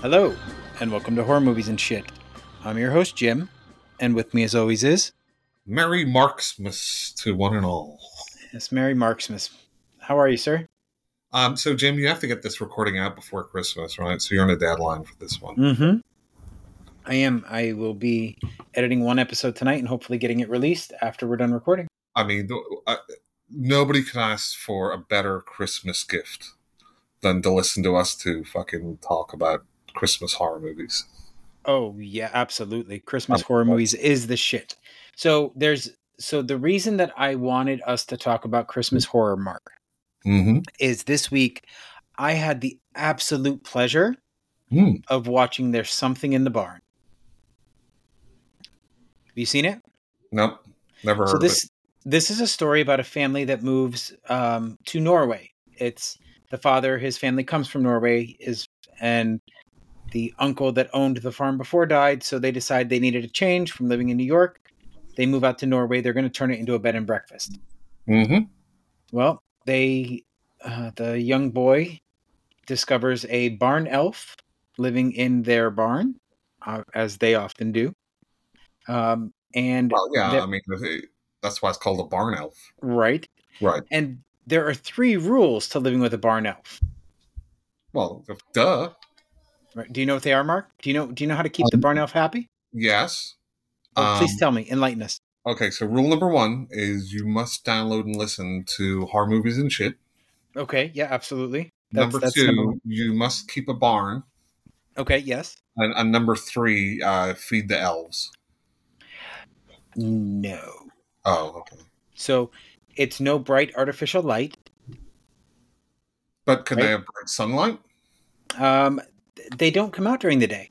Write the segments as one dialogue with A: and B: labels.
A: Hello, and welcome to Horror Movies and Shit. I'm your host, Jim, and with me as always is
B: Merry Marksmas to one and all.
A: it's Mary Marksmith. How are you, sir?
B: Um, so, Jim, you have to get this recording out before Christmas, right? So you're on a deadline for this one.
A: Mm-hmm. I am. I will be editing one episode tonight and hopefully getting it released after we're done recording.
B: I mean, th- I, nobody could ask for a better Christmas gift than to listen to us to fucking talk about Christmas horror movies.
A: Oh yeah, absolutely. Christmas horror movies is the shit. So there's so the reason that I wanted us to talk about Christmas horror mark
B: Mm-hmm.
A: is this week I had the absolute pleasure
B: Mm.
A: of watching There's Something in the Barn. Have you seen it?
B: Nope, never heard
A: so
B: of
A: this this is a story about a family that moves um, to Norway. It's the father, his family comes from Norway, is and the uncle that owned the farm before died. So they decide they needed a change from living in New York. They move out to Norway. They're going to turn it into a bed and breakfast.
B: it. Mm-hmm.
A: Well, they uh, the young boy discovers a barn elf living in their barn, uh, as they often do. Um, and
B: Well, yeah,
A: there-
B: I mean, th- that's why it's called a barn elf.
A: right,
B: Right.
A: And there are three rules to living with a barn elf.
B: Well, duh.
A: Right? Do you know what they are, Mark? Do you know do you know how to keep the barn elf happy?
B: Yes.
A: Oh, please
B: Um,
A: tell me, enlighten us.
B: Okay, so rule number one is you must download and listen to horror movies and shit.
A: Okay, yeah, absolutely.
B: number
A: that's
B: two,
A: number one.
B: you must keep a barn.
A: Okay, yes.
B: And, and number three, uh, feed the elves.
A: No.
B: Oh, okay.
A: So it's no bright artificial light.
B: But can
A: Right.
B: they have bright sunlight?
A: Um, th- they don't come out during the day.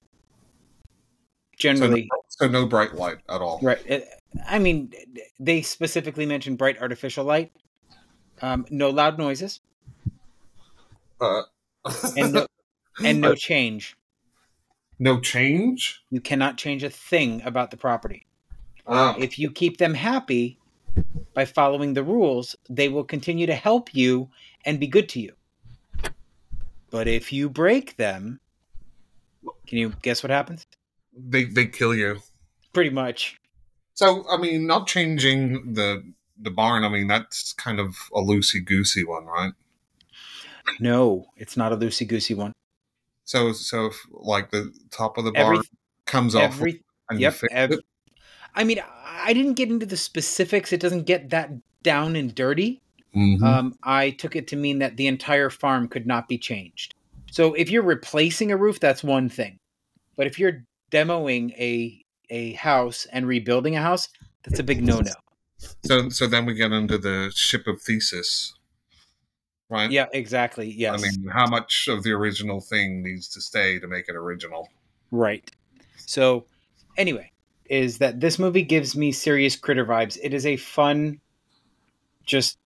B: So no,
A: Generally,
B: so no bright light at all.
A: right. Uh, I mean, they specifically mention bright artificial light. Um, no loud noises
B: Uh,
A: and no, and no change.
B: no change?
A: You cannot change a thing about the property.
B: Oh,
A: if you keep them happy by following the rules, they will continue to help you and be good to you. But if you break them, can you guess what happens?
B: they, they kill you.
A: Pretty much.
B: So, I mean, not changing the the barn, I mean, that's kind of a loosey goosey one, right?
A: No, it's not a loosey goosey one.
B: So, so if, like the top of the barn
A: Every,
B: comes off
A: every,
B: and you
A: yep.
B: fix
A: ev-
B: it.
A: I mean, I didn't get into the specifics. It doesn't get that down and dirty.
B: Mhm.
A: Um, I took it to mean that the entire farm could not be changed. So if you're replacing a roof, that's one thing. But if you're demoing a a house and rebuilding a house, that's a big no no.
B: So, so then we get into the ship of thesis, right?
A: Yeah, exactly.
B: I
A: Yes.
B: mean, how much of the original thing needs to stay to make it original?
A: right. So anyway, is that this movie gives me serious critter vibes. It is a fun, just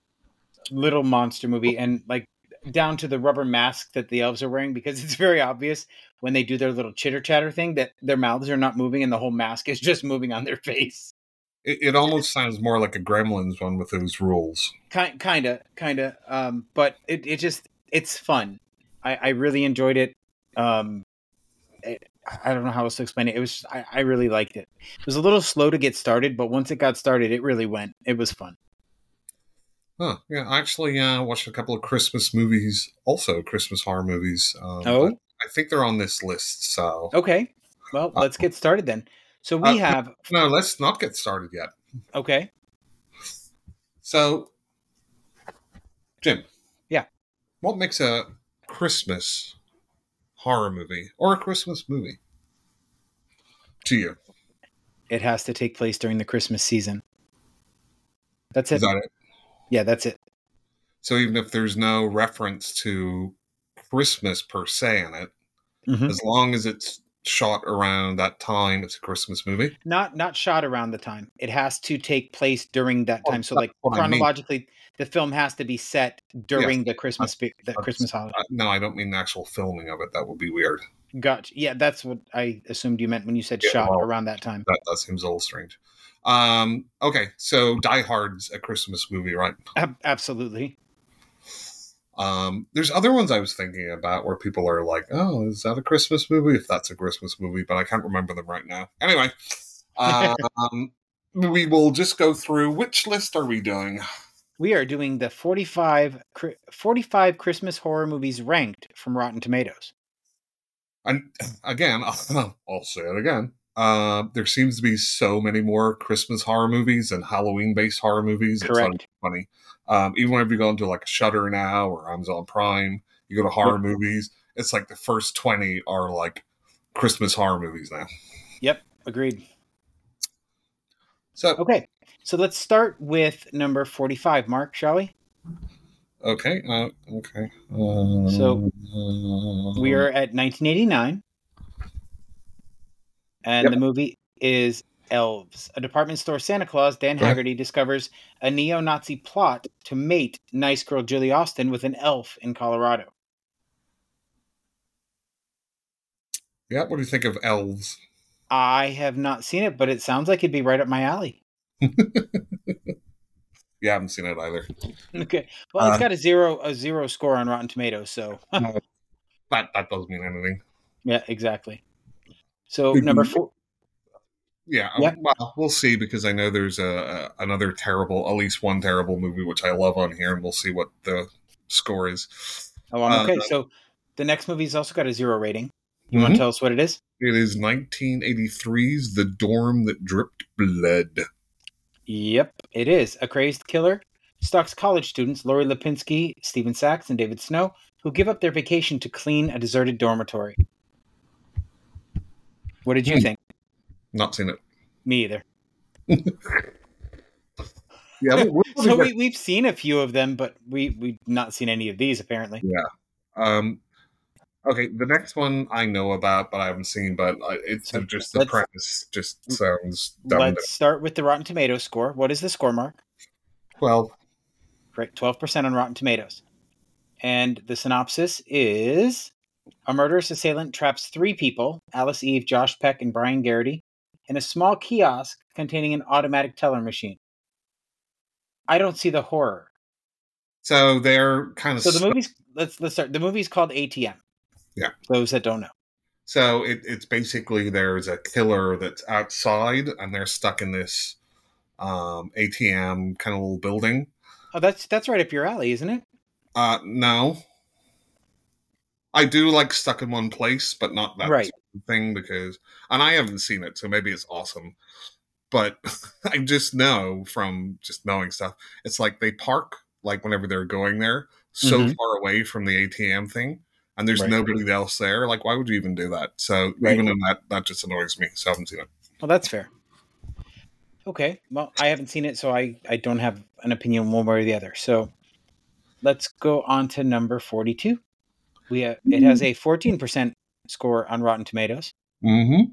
A: little monster movie and like down to the rubber mask that the elves are wearing because it's very obvious when they do their little chitter chatter thing that their mouths are not moving and the whole mask is just moving on their face.
B: It, it almost sounds more like a Gremlins one with those rules.
A: Kind kinda, kinda. Um, but it, it just it's fun. I, I really enjoyed it. Um it, I don't know how else to explain it. It was I, I really liked it. It was a little slow to get started, but once it got started, it really went. It was fun.
B: Huh? Yeah, I actually uh, watched a couple of Christmas movies, also Christmas horror movies. Um,
A: Oh,
B: but I think they're on this list. So
A: okay. Well, let's get started then. So
B: Uh,
A: we have
B: no, let's not get started yet.
A: okay.
B: So, Jim,
A: Yeah.
B: what makes a Christmas horror movie or a Christmas movie to you?
A: it has to take place during the Christmas season. That's it.
B: Is that it?
A: yeah, that's it.
B: So even if there's no reference to Christmas per se in it,
A: Mhm.
B: as long as it's shot around that time, it's a Christmas movie.
A: Not not shot around the time. It has to take place during that
B: Oh,
A: time. So
B: that's
A: like
B: what I mean.
A: chronologically, the film has to be set during the Christmas pe- the
B: that's-
A: Christmas holiday.
B: Uh, no, I don't mean the actual filming of it. That would be weird.
A: Gotcha. Yeah, that's what I assumed you meant when you said
B: Yeah,
A: shot
B: well,
A: around that time.
B: That that seems a little strange. Um, okay, so Die Hard's a Christmas movie, right?
A: Ab- absolutely.
B: Um, there's other ones I was thinking about where people are like, "Oh, is that a Christmas movie?" If that's a Christmas movie, but I can't remember them right now. Anyway, um, we will just go through. Which list are we doing?
A: We are doing the 45, cri- 45 Christmas horror movies ranked from Rotten Tomatoes.
B: And again, I'll, I'll say it again. Uh, there seems to be so many more Christmas horror movies and Halloween based horror movies.
A: Correct.
B: It's funny. Um, even whenever you go into like a Shutter now or Amazon Prime, you go to horror movies. It's like the first twenty are like Christmas horror movies now.
A: Agreed.
B: So
A: Okay. So let's start with number 45, Mark, shall we?
B: okay, uh, okay. Uh, Um,
A: So, We
B: Mm-hmm.
A: are at 1989. And
B: Yep.
A: the movie is Elves. A department store Santa Claus, Dan
B: Right.
A: Haggerty, discovers a neo Nazi plot to mate nice girl Julie Austin with an elf in Colorado.
B: yeah. What do you think of elves?
A: I have not seen it, but it sounds like it'd be right up my alley.
B: Yeah, I haven't seen it either.
A: Okay. Well, it's
B: Uh,
A: got a zero a zero score on Rotten Tomatoes, so
B: That that doesn't mean anything.
A: yeah, exactly. So
B: Could
A: number
B: be.
A: four
B: Yeah, um,
A: Yeah.
B: well, we'll see because I know there's a, a another terrible, at least one terrible movie which I love on here, and we'll see what the score is.
A: Oh, I'm
B: Uh, mm-hmm.
A: okay. So the next movie's also got a zero rating. You want to tell us what it is?
B: It is 1983's The Dorm That Dripped Blood.
A: Yep, it is. A crazed killer stalks college students Lori Lipinski, Stephen Sachs, and David Snow, who give up their vacation to clean a deserted dormitory. What did you
B: Hmm.
A: think?
B: Not seen it.
A: Me either.
B: Yeah, we'll- we'll
A: So
B: get-
A: we, we've seen a few of them, but we, we've not seen any of these, apparently.
B: Um, okay, the next one I know about, but I haven't seen. But I- it's
A: So
B: just the
A: let's-
B: premise just sounds dumb.
A: Let's start with the Rotten Tomatoes score. What is the score, Mark?
B: Twelve.
A: Right, 12% on Rotten Tomatoes. And the synopsis is a murderous assailant traps three people Alice Eve, Josh Peck, and Brian Garrity in a small kiosk containing an automatic teller machine. I don't see the horror.
B: So they're kind of
A: So the movie's let's let's start. The movie's called ATM.
B: Yeah.
A: Those that don't know.
B: So it, it's basically there's a killer that's outside and they're stuck in this um, ATM kind of little building.
A: Oh, that's that's right up your alley, isn't it?
B: Uh, no, I do like stuck in one place, but not that
A: Right.
B: sort of thing because, and I haven't seen it, so maybe it's awesome. But I just know from just knowing stuff, it's like they park like whenever they're going there so
A: Mhm.
B: far away from the ATM thing. And there's
A: Right.
B: nobody else there. Like, why would you even do that? So
A: Right.
B: even in that, that just annoys me. So I haven't seen it.
A: Well, Oh, that's fair. Okay. Well, I haven't seen it, so I I don't have an opinion one way or the other. So let's go on to number forty-two. We have, it has a fourteen percent score on Rotten Tomatoes.
B: Mm-hmm.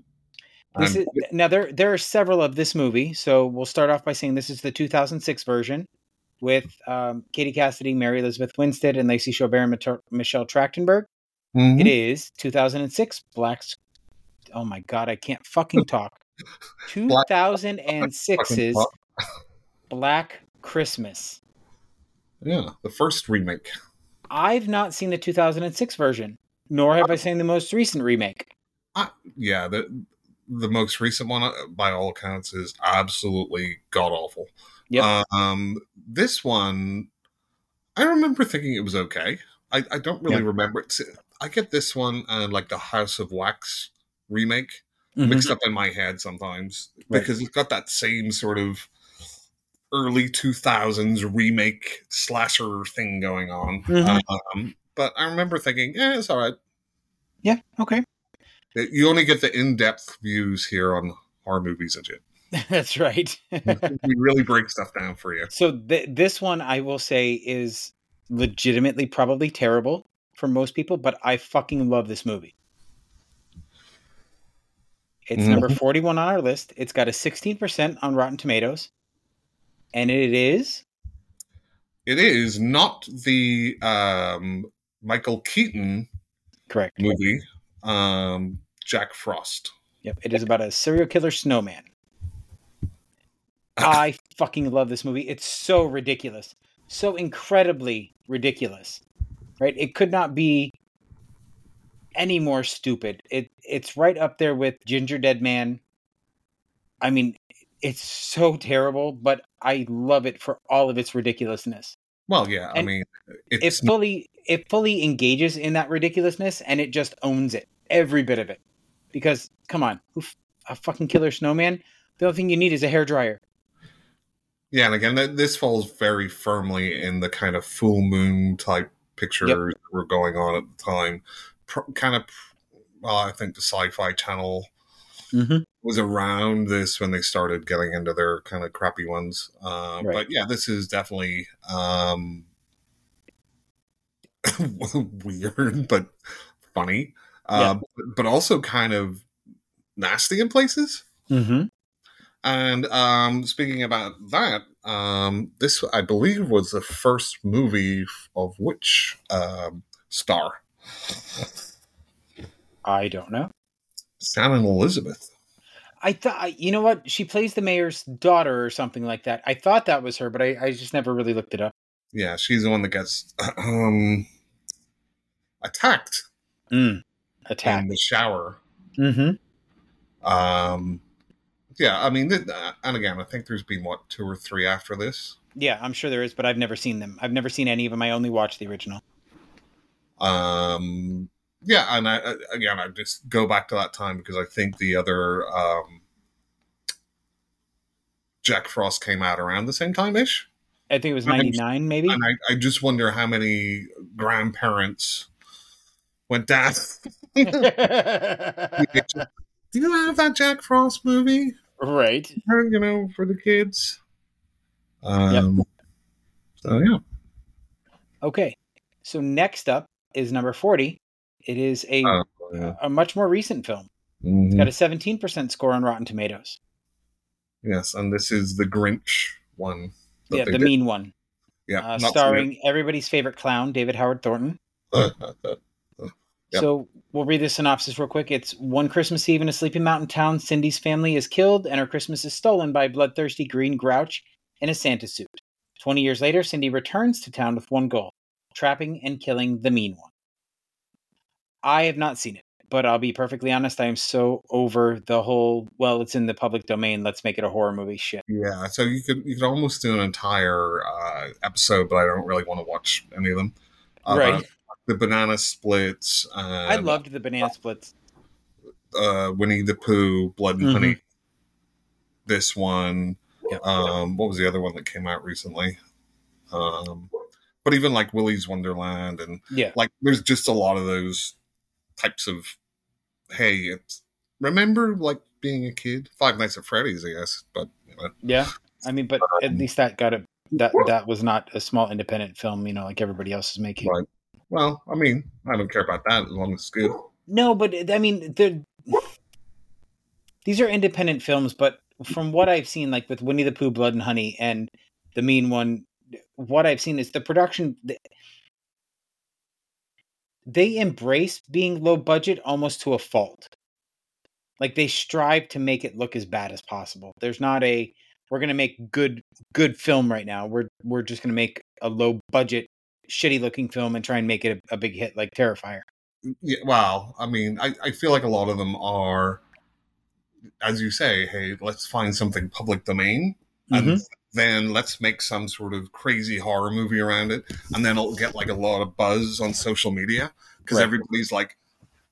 A: This is, now there there are several of this movie, so we'll start off by saying this is the 2006 version with um, Katie Cassidy, Mary Elizabeth Winstead, and Lacey Chabert and Mater- Michelle Trachtenberg.
B: mm-hmm.
A: It is 2006 Black. Sc- Oh my god, I can't fucking talk. 2006's
B: talk.
A: Black Christmas.
B: yeah, the first remake.
A: I've not seen the 2006 version, nor have I seen the most recent remake.
B: Yeah, the the most recent one, uh, by all accounts, is absolutely god awful.
A: Yep.
B: Um, this one, I remember thinking it was okay. I, I don't really remember it. I get this one and like the House of Wax remake. mixed up in my head sometimes
A: Mm-hmm. Right.
B: because it's got that same sort of early 2000s remake slasher thing going on.
A: Mhm.
B: Um, but I remember thinking, eh, it's all right.
A: Yeah. Okay.
B: It- you only get the in depth views here on horror movies and shit.
A: That's right.
B: we really break stuff down for you.
A: So th- this one, I will say, is legitimately probably terrible for most people, but I fucking love this movie. It's
B: Mhm.
A: number 41 on our list. It's got a 16% on Rotten Tomatoes. And it is
B: It is not the um, Michael Keaton
A: correct.
B: movie, um, Jack Frost.
A: Yep, it is about a serial killer snowman. I fucking love this movie. It's so ridiculous. So incredibly ridiculous. right? It could not be any more stupid. It it's right up there with Ginger Dead Man. I mean, it's so terrible, but I love it for all of its ridiculousness.
B: Well, yeah, I
A: And
B: mean,
A: It
B: it's not-
A: fully it fully engages in that ridiculousness and it just owns it, every bit of it. Because come on, who f- a fucking killer snowman. The only thing you need is a hair dryer.
B: yeah, and again, th- this falls very firmly in the kind of full moon type pictures that were going on at the time. Pr- kind of, well, I think the Sci-Fi Channel
A: Mm-hmm.
B: was around this when they started getting into their kind of crappy ones. Uh,
A: Right.
B: But yeah, this is definitely um, weird, but funny, uh, but also kind of nasty in places.
A: Mm-hmm.
B: And um, speaking about that, um, this I believe was the first movie of which um, star
A: I don't know.
B: Sam and Elizabeth.
A: I thought you know what she plays the mayor's daughter or something like that. I thought that was her, but I, I just never really looked it up.
B: Yeah, she's the one that gets um, attacked
A: Mm. Attack.
B: in the shower.
A: Mm-hmm.
B: Um, yeah, I mean, th- uh, and again, I think there's been what two or three after this.
A: Yeah, I'm sure there is, but I've never seen them. I've never seen any of them. I only watched the original.
B: Um, yeah, and I, I- again, I just go back to that time because I think the other um, Jack Frost came out around the same time ish,
A: I think it was
B: I'm-
A: '99, maybe.
B: and I, I just wonder how many grandparents went down.
A: right.
B: Do you have that Jack Frost movie? Or, You know, for the kids. Um, So yeah.
A: Okay. So next up is number 40. It is a
B: Oh, yeah.
A: a much more recent film.
B: Mhm.
A: It's got a 17% score on Rotten Tomatoes.
B: Yes, and this is the Grinch one. that
A: yeah,
B: they
A: the
B: did.
A: mean one.
B: yeah,
A: Uh,
B: not seen
A: starring everybody's favorite clown, David Howard Thornton.
B: it. Yep.
A: So we'll read the synopsis real quick. It's one Christmas Eve in a sleepy mountain town. Cindy's family is killed, and her Christmas is stolen by a bloodthirsty green grouch in a Santa suit. Twenty years later, Cindy returns to town with one goal trapping and killing the mean one. I have not seen it, but I'll be perfectly honest. I am so over the whole, well, it's in the public domain. Let's make it a horror movie shit.
B: yeah, so you could you could almost do an entire uh, episode, but I don't really want to watch any of them. Uh,
A: right.
B: The banana splits. Uh,
A: I loved the banana splits.
B: uh, Winnie the Pooh, Blood and
A: Mhm.
B: Honey. This one.
A: Mm-hmm. Yeah.
B: Um, what was the other one that came out recently? Um, but even like Willy's Wonderland and
A: Yeah.
B: like there's just a lot of those types of hey it's remember like being a kid five nights at freddy's i guess but you know,
A: Yeah. I mean, but at
B: Um,
A: least that got a. That, that was not a small independent film, you know, like everybody else is making.
B: Right. well i mean i don't care about that as long as it's good
A: No, but it- I mean, they're, these are independent films, but from what I've seen, like with Winnie the Pooh, Blood and Honey, and the Mean One, what I've seen is the production. th- They embrace being low budget almost to a fault. Like they strive to make it look as bad as possible. There's not a we're gonna make good good film right now. We're we're just gonna make a low budget, shitty looking film and try and make it a, a big hit like Terrifier.
B: yeah, well i mean I, I feel like a lot of them are as you say hey let's find something public domain
A: Mm-hmm.
B: and then let's make some sort of crazy horror movie around it and then it'll get like a lot of buzz on social media because
A: Right.
B: everybody's like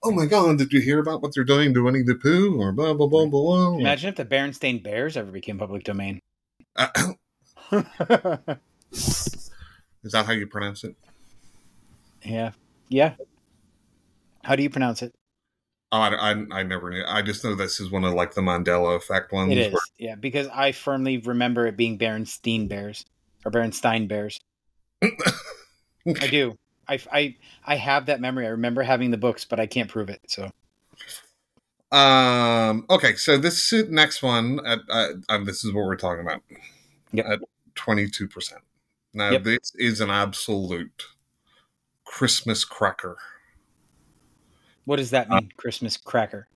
B: oh my god did you hear about what they're doing to winnie the pooh or blah blah blah blah, blah.
A: Imagine if the Berenstain Bears ever became public domain.
B: Uh,
A: yeah,
B: is that how you pronounce it
A: yeah. How do you pronounce it?
B: oh I, I, I never knew i just know this is one of like the mandela effect ones
A: It is,
B: where-
A: yeah, because I firmly remember it being Berenstein Bears or Berenstein Bears. I do. I, I, I have that memory. I remember having the books, but I can't prove it. So
B: um okay so this is- next one at, uh, um, this is what we're talking about
A: Yep.
B: at 22% now
A: Yep.
B: this is an absolute christmas cracker
A: what does
B: Uh,
A: that mean? Christmas cracker.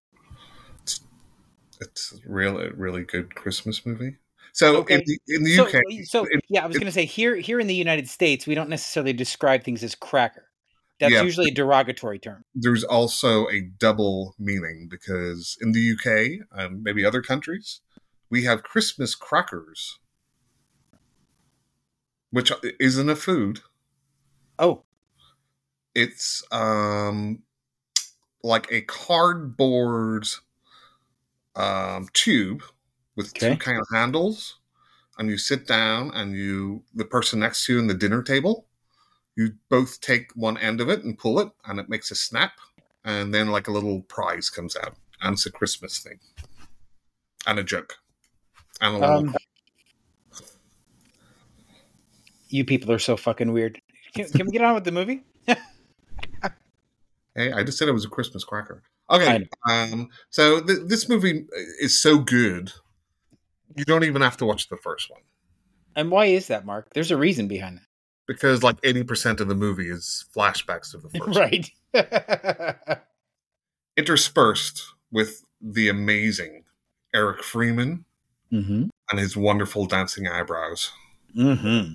B: It's a really, really good Christmas movie. So
A: Okay.
B: in the, in the
A: so,
B: UK,
A: so
B: it-
A: yeah, I was going to say here here in the United States, we don't necessarily describe things as cracker. That's
B: Yeah.
A: usually a derogatory term.
B: There's also a double meaning because in the UK, um, maybe other countries, we have Christmas crackers, which uh, isn't a food.
A: Oh,
B: it's um like a cardboard um tube with two
A: Okay.
B: kind of handles and you sit down and you the person next to you in the dinner table you both take one end of it and pull it and it makes a snap and then like a little prize comes out and it's a christmas thing and a joke and a little
A: um, you people are so fucking weird. Can, can we get on with the movie?
B: Hey, I just said it was a Christmas cracker.
A: I
B: Okay.
A: know.
B: Um, so th- this movie is so good, you don't even have to watch the first one
A: And why is that, Mark? There's a reason behind
B: because like eighty percent of the movie is flashbacks of the
A: that,
B: first,
A: right?
B: interspersed with the amazing Eric Freeman
A: mm-hmm.
B: and his wonderful dancing eyebrows.
A: Mm-hmm.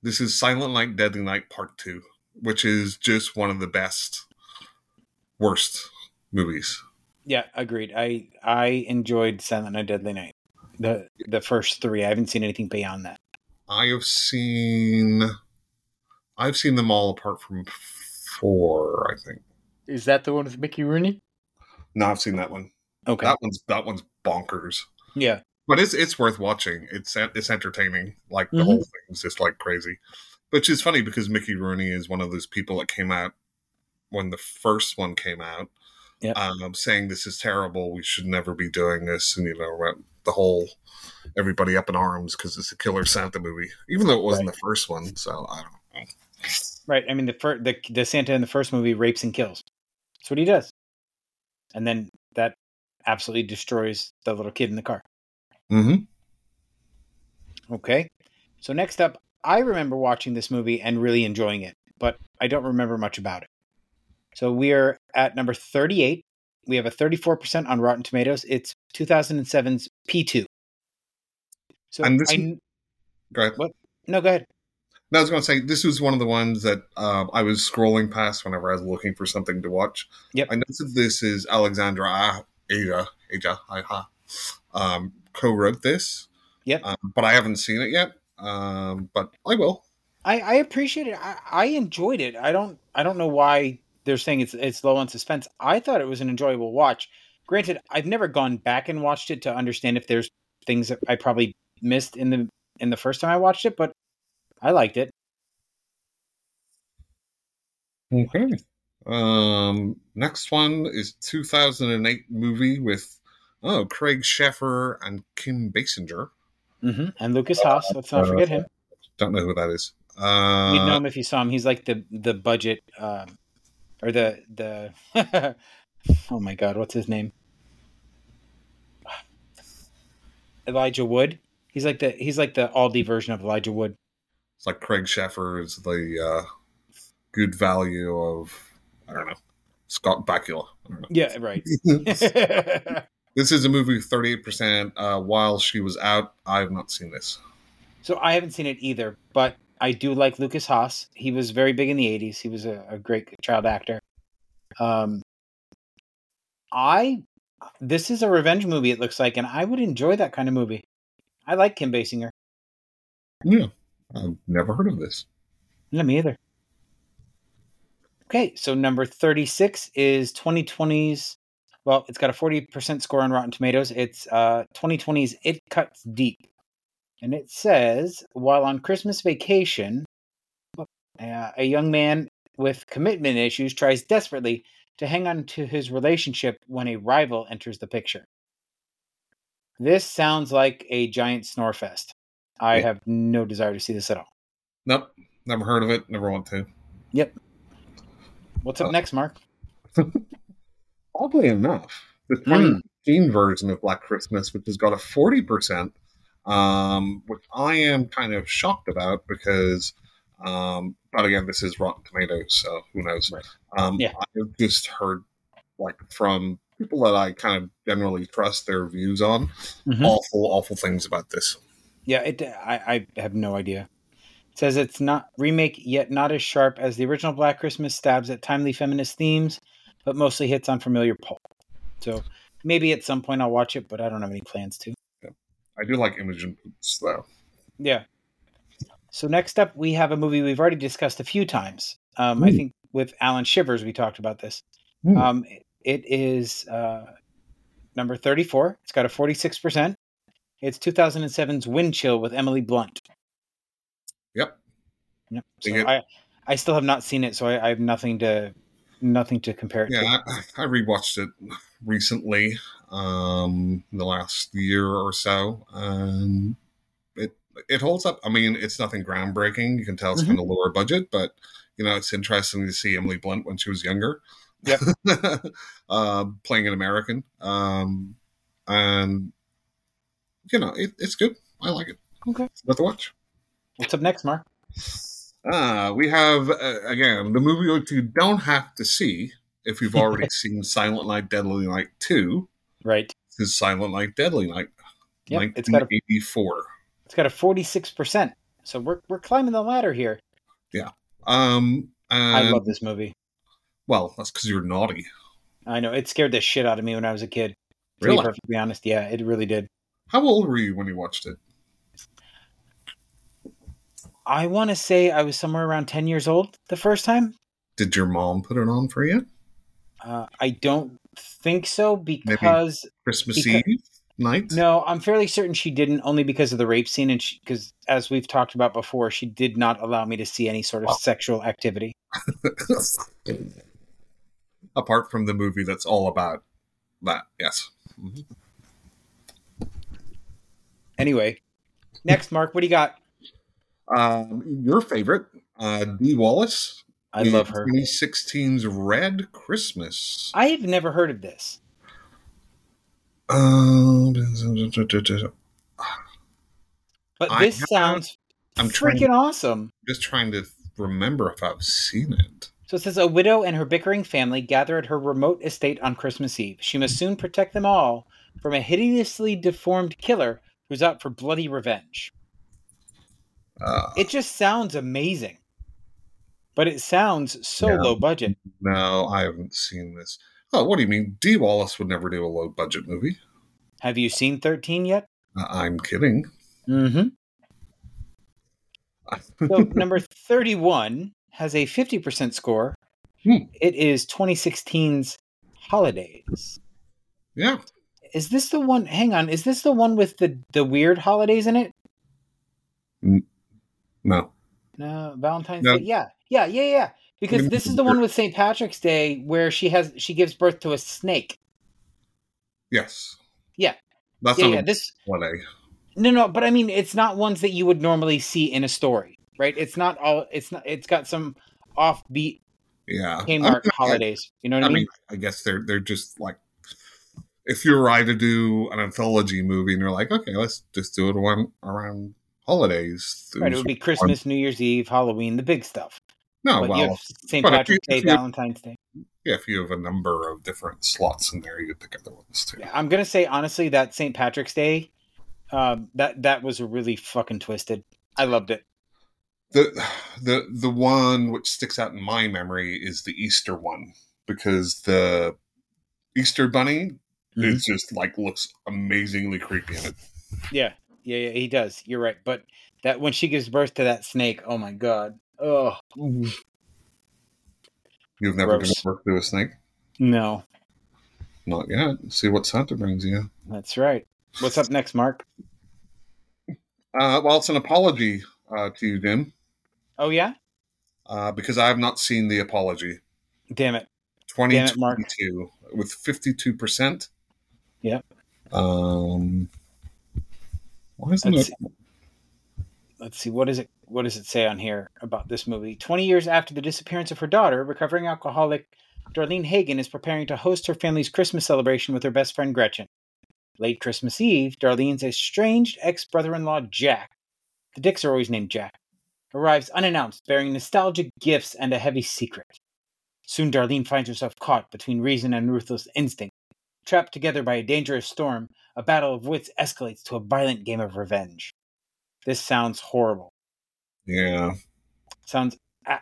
B: This is Silent Night, Deadly Night Part Two, which is just one of the best, worst movies.
A: Yeah, agreed. I I enjoyed Silent Night Deadly Night. The the first three. I haven't seen anything beyond that.
B: I have seen, I've seen them all apart from four, I think.
A: Is that the one with Mickey Rooney?
B: No, I've seen that one.
A: Okay.
B: That one's that one's bonkers,
A: yeah.
B: but it's it's worth watching. It's it's entertaining. Like the
A: Mhm.
B: whole thing is just like crazy, which is funny because Mickey Rooney is one of those people that came out when the first one came out,
A: Yeah.
B: um, saying this is terrible. We should never be doing this, and you know about the whole everybody up in arms because it's a killer Santa movie, even though it wasn't the first one. So I don't know.
A: Right. I mean, the fir- the the Santa in the first movie rapes and kills. That's what he does. And then that absolutely destroys the little kid in the car.
B: Mm-hmm.
A: Okay. So next up, I remember watching this movie and really enjoying it, but I don't remember much about it. So we are at number 38. We have a 34% on Rotten Tomatoes. It's 2007's P2. So
B: And this
A: I,
B: m- Go ahead.
A: no, go ahead.
B: No, I was going to say this was one of the ones that um, I was scrolling past whenever I was looking for something to watch.
A: Yep.
B: I noticed that this is Alexandra Ah- Aja Aja Aja um, co-wrote this.
A: Yep.
B: um, but I haven't seen it yet. Um, but I will.
A: I, I appreciate it. I, I enjoyed it. I don't I don't know why they're saying it's it's low on suspense. I thought it was an enjoyable watch. Granted, I've never gone back and watched it to understand if there's things that I probably missed in the in the first time I watched it, but I liked it.
B: Okay. Um, next one is 2008 movie with oh Craig Sheffer and Kim Basinger.
A: hmm And Lucas Haas, let's not forget him.
B: Don't know who that is. Uh,
A: You'd know him if you saw him. He's like the the budget, um, or the the. oh my God, what's his name? Elijah Wood. He's like the he's like the Aldi version of Elijah Wood.
B: It's like Craig Sheffer is the uh, good value of I don't know Scott Bakula. I don't
A: Yeah, right.
B: know. this is a movie thirty eight percent. uh, While she was out, I have not seen this.
A: so I haven't seen it either, but I do like Lucas Haas. He was very big in the '80s. He was a, a great child actor. Um, I this is a revenge movie. It looks like, and I would enjoy that kind of movie. I like Kim Basinger.
B: Yeah, I've never heard of this.
A: No, me either. Okay, so number 36 is 2020's. Well, it's got a 40% score on Rotten Tomatoes. It's uh, 2020's It Cuts Deep. And it says While on Christmas vacation, uh, a young man with commitment issues tries desperately to hang on to his relationship when a rival enters the picture. This sounds like a giant snore fest. I
B: Yeah.
A: have no desire to see this at all.
B: Nope, never heard of it. Never want to.
A: What's up
B: Uh,
A: next, Mark?
B: Oddly enough, the
A: Hmm.
B: 2019 version of Black Christmas, which has got a forty percent, um, which I am kind of shocked about because. Um, but again, this is Rotten Tomatoes, so who knows?
A: Right.
B: Um,
A: Yeah.
B: I've just heard like from people that I kind of generally trust their views on
A: Mhm.
B: awful, awful things about this.
A: Yeah, it. I, I have no idea. says it's not remake yet not as sharp as the original Black Christmas stabs at timely feminist themes, but mostly hits on familiar pulp. So maybe at some point I'll watch it, but I don't have any plans to.
B: I do like Imogen Poots though.
A: Yeah. So next up, we have a movie we've already discussed a few times. Um, I
B: Hmm.
A: think with Alan Shivers, we talked about this.
B: Hmm.
A: Um, it is uh, number 34. It's got a 46%. It's 2007's Wind Chill with Emily Blunt.
B: Yep.
A: Yep.
B: Dig
A: So
B: it.
A: I, I still have not seen it, so I, I have nothing to nothing to compare it to.
B: Yeah, I, I rewatched it recently, um, in the last year or so. Um, it it holds up. I mean, it's nothing groundbreaking. You can tell it's been a
A: Mm-hmm.
B: lower budget, but you know, it's interesting to see Emily Blunt when she was younger.
A: Yep.
B: uh, playing an American. Um, and you know, it, it's good. I like it.
A: Okay.
B: It's worth a watch.
A: What's up next, Mark?
B: Ah, we have uh, again the movie which you don't have to see if you've already seen Silent Night, Deadly Night Two.
A: Right.
B: This is Silent Night, Deadly Night,
A: Yep. It's got a
B: 1984.
A: it's got a 46%. So we're we're climbing the ladder here.
B: Um,
A: I
B: and-
A: love this movie.
B: well, that's because you're naughty.
A: I know it scared the shit out of me when I was a kid. To
B: Really?
A: be perfectly honest, yeah, it really did.
B: How old were you when you watched it?
A: I want to say I was somewhere around ten years old the first time.
B: Did your mom put it on for you?
A: Uh, I don't think so because
B: Christmas
A: Because-
B: Eve night?
A: no, I'm fairly certain she didn't only because of the rape scene and because as we've talked about before, she did not allow me to see any sort of sexual activity.
B: Apart from the movie that's all about that, yes.
A: Anyway, next, Mark, what do you got?
B: Um, your favorite, uh, Dee Wallace,
A: I
B: in
A: love her.
B: 2016's Red Christmas.
A: I have never heard of this.
B: Um,
A: But
B: I
A: this
B: have-
A: sounds
B: I'm
A: freaking
B: trying-
A: awesome.
B: just trying to remember if I've seen it.
A: So it says a widow and her bickering family gather at her remote estate on Christmas Eve. She must soon protect them all from a hideously deformed killer who's out for bloody revenge.
B: Uh,
A: It just sounds amazing. But it sounds so
B: Yeah.
A: low budget.
B: no, I haven't seen this. Oh, what do you mean? D. Wallace would never do a low budget movie.
A: Have you seen 13 yet?
B: Uh, I'm kidding.
A: Mm-hmm. So number 31 has a 50% score.
B: Hmm.
A: It is 2016's Holidays.
B: Yeah,
A: Is this the one? Hang on. Is this the one with the, the weird holidays in it?
B: no.
A: No, Valentine's
B: No.
A: Day. Yeah, yeah, yeah, yeah. Because this is the one with St. Patrick's Day where she has she gives birth to a snake.
B: Yes.
A: Yeah.
B: That's
A: Yeah,
B: not
A: yeah.
B: a
A: This
B: holiday.
A: no, no. But I mean, it's not ones that you would normally see in a story, right? It's not all. It's not. It's got some offbeat
B: Yeah.
A: Kmart
B: I- I-
A: holidays. You know what
B: I
A: I
B: mean,
A: mean?
B: I guess they're they're just like if you were I to do an anthology movie and you're like, okay, let's just do it one around holidays.
A: right. It would be Christmas, New Year's Eve, Halloween, the big stuff.
B: no,
A: But
B: Oh, well,
A: you have St.
B: but if
A: Patrick's
B: you-
A: Day,
B: if you-
A: Valentine's Day.
B: yeah, if you have a number of different slots in there, you pick other ones too.
A: Yeah, I'm gonna say honestly that St. Patrick's Day, um, that that was really fucking twisted. I loved it.
B: The the the one which sticks out in my memory is the Easter one because the Easter bunny
A: Mhm.
B: is just like looks amazingly creepy in it.
A: Yeah, yeah, yeah, he does. You're right. But that when she gives birth to that snake, oh my god. Oh
B: You've never
A: Gross.
B: given birth to a snake?
A: no,
B: Not yet. See what Santa brings you.
A: that's right. What's up next, Mark?
B: Uh, well, it's an apology uh, to you, Jim,
A: Oh yeah,
B: uh, because I have not seen the apology.
A: damn it. Damn it, Mark.
B: 2022 with 52%.
A: Yep.
B: Um, why isn't
A: Let's
B: it?
A: Let's see. What is it? What does it say on here about this movie? Twenty years after the disappearance of her daughter, recovering alcoholic Darlene Hagen is preparing to host her family's Christmas celebration with her best friend Gretchen. Late Christmas Eve, Darlene's estranged ex brother in law Jack, the Dicks are always named Jack, arrives unannounced bearing nostalgic gifts and a heavy secret. Soon Darlene finds herself caught between reason and ruthless instinct. Trapped together by a dangerous storm, a battle of wits escalates to a violent game of revenge. This sounds horrible.
B: Yeah.
A: Sounds uh,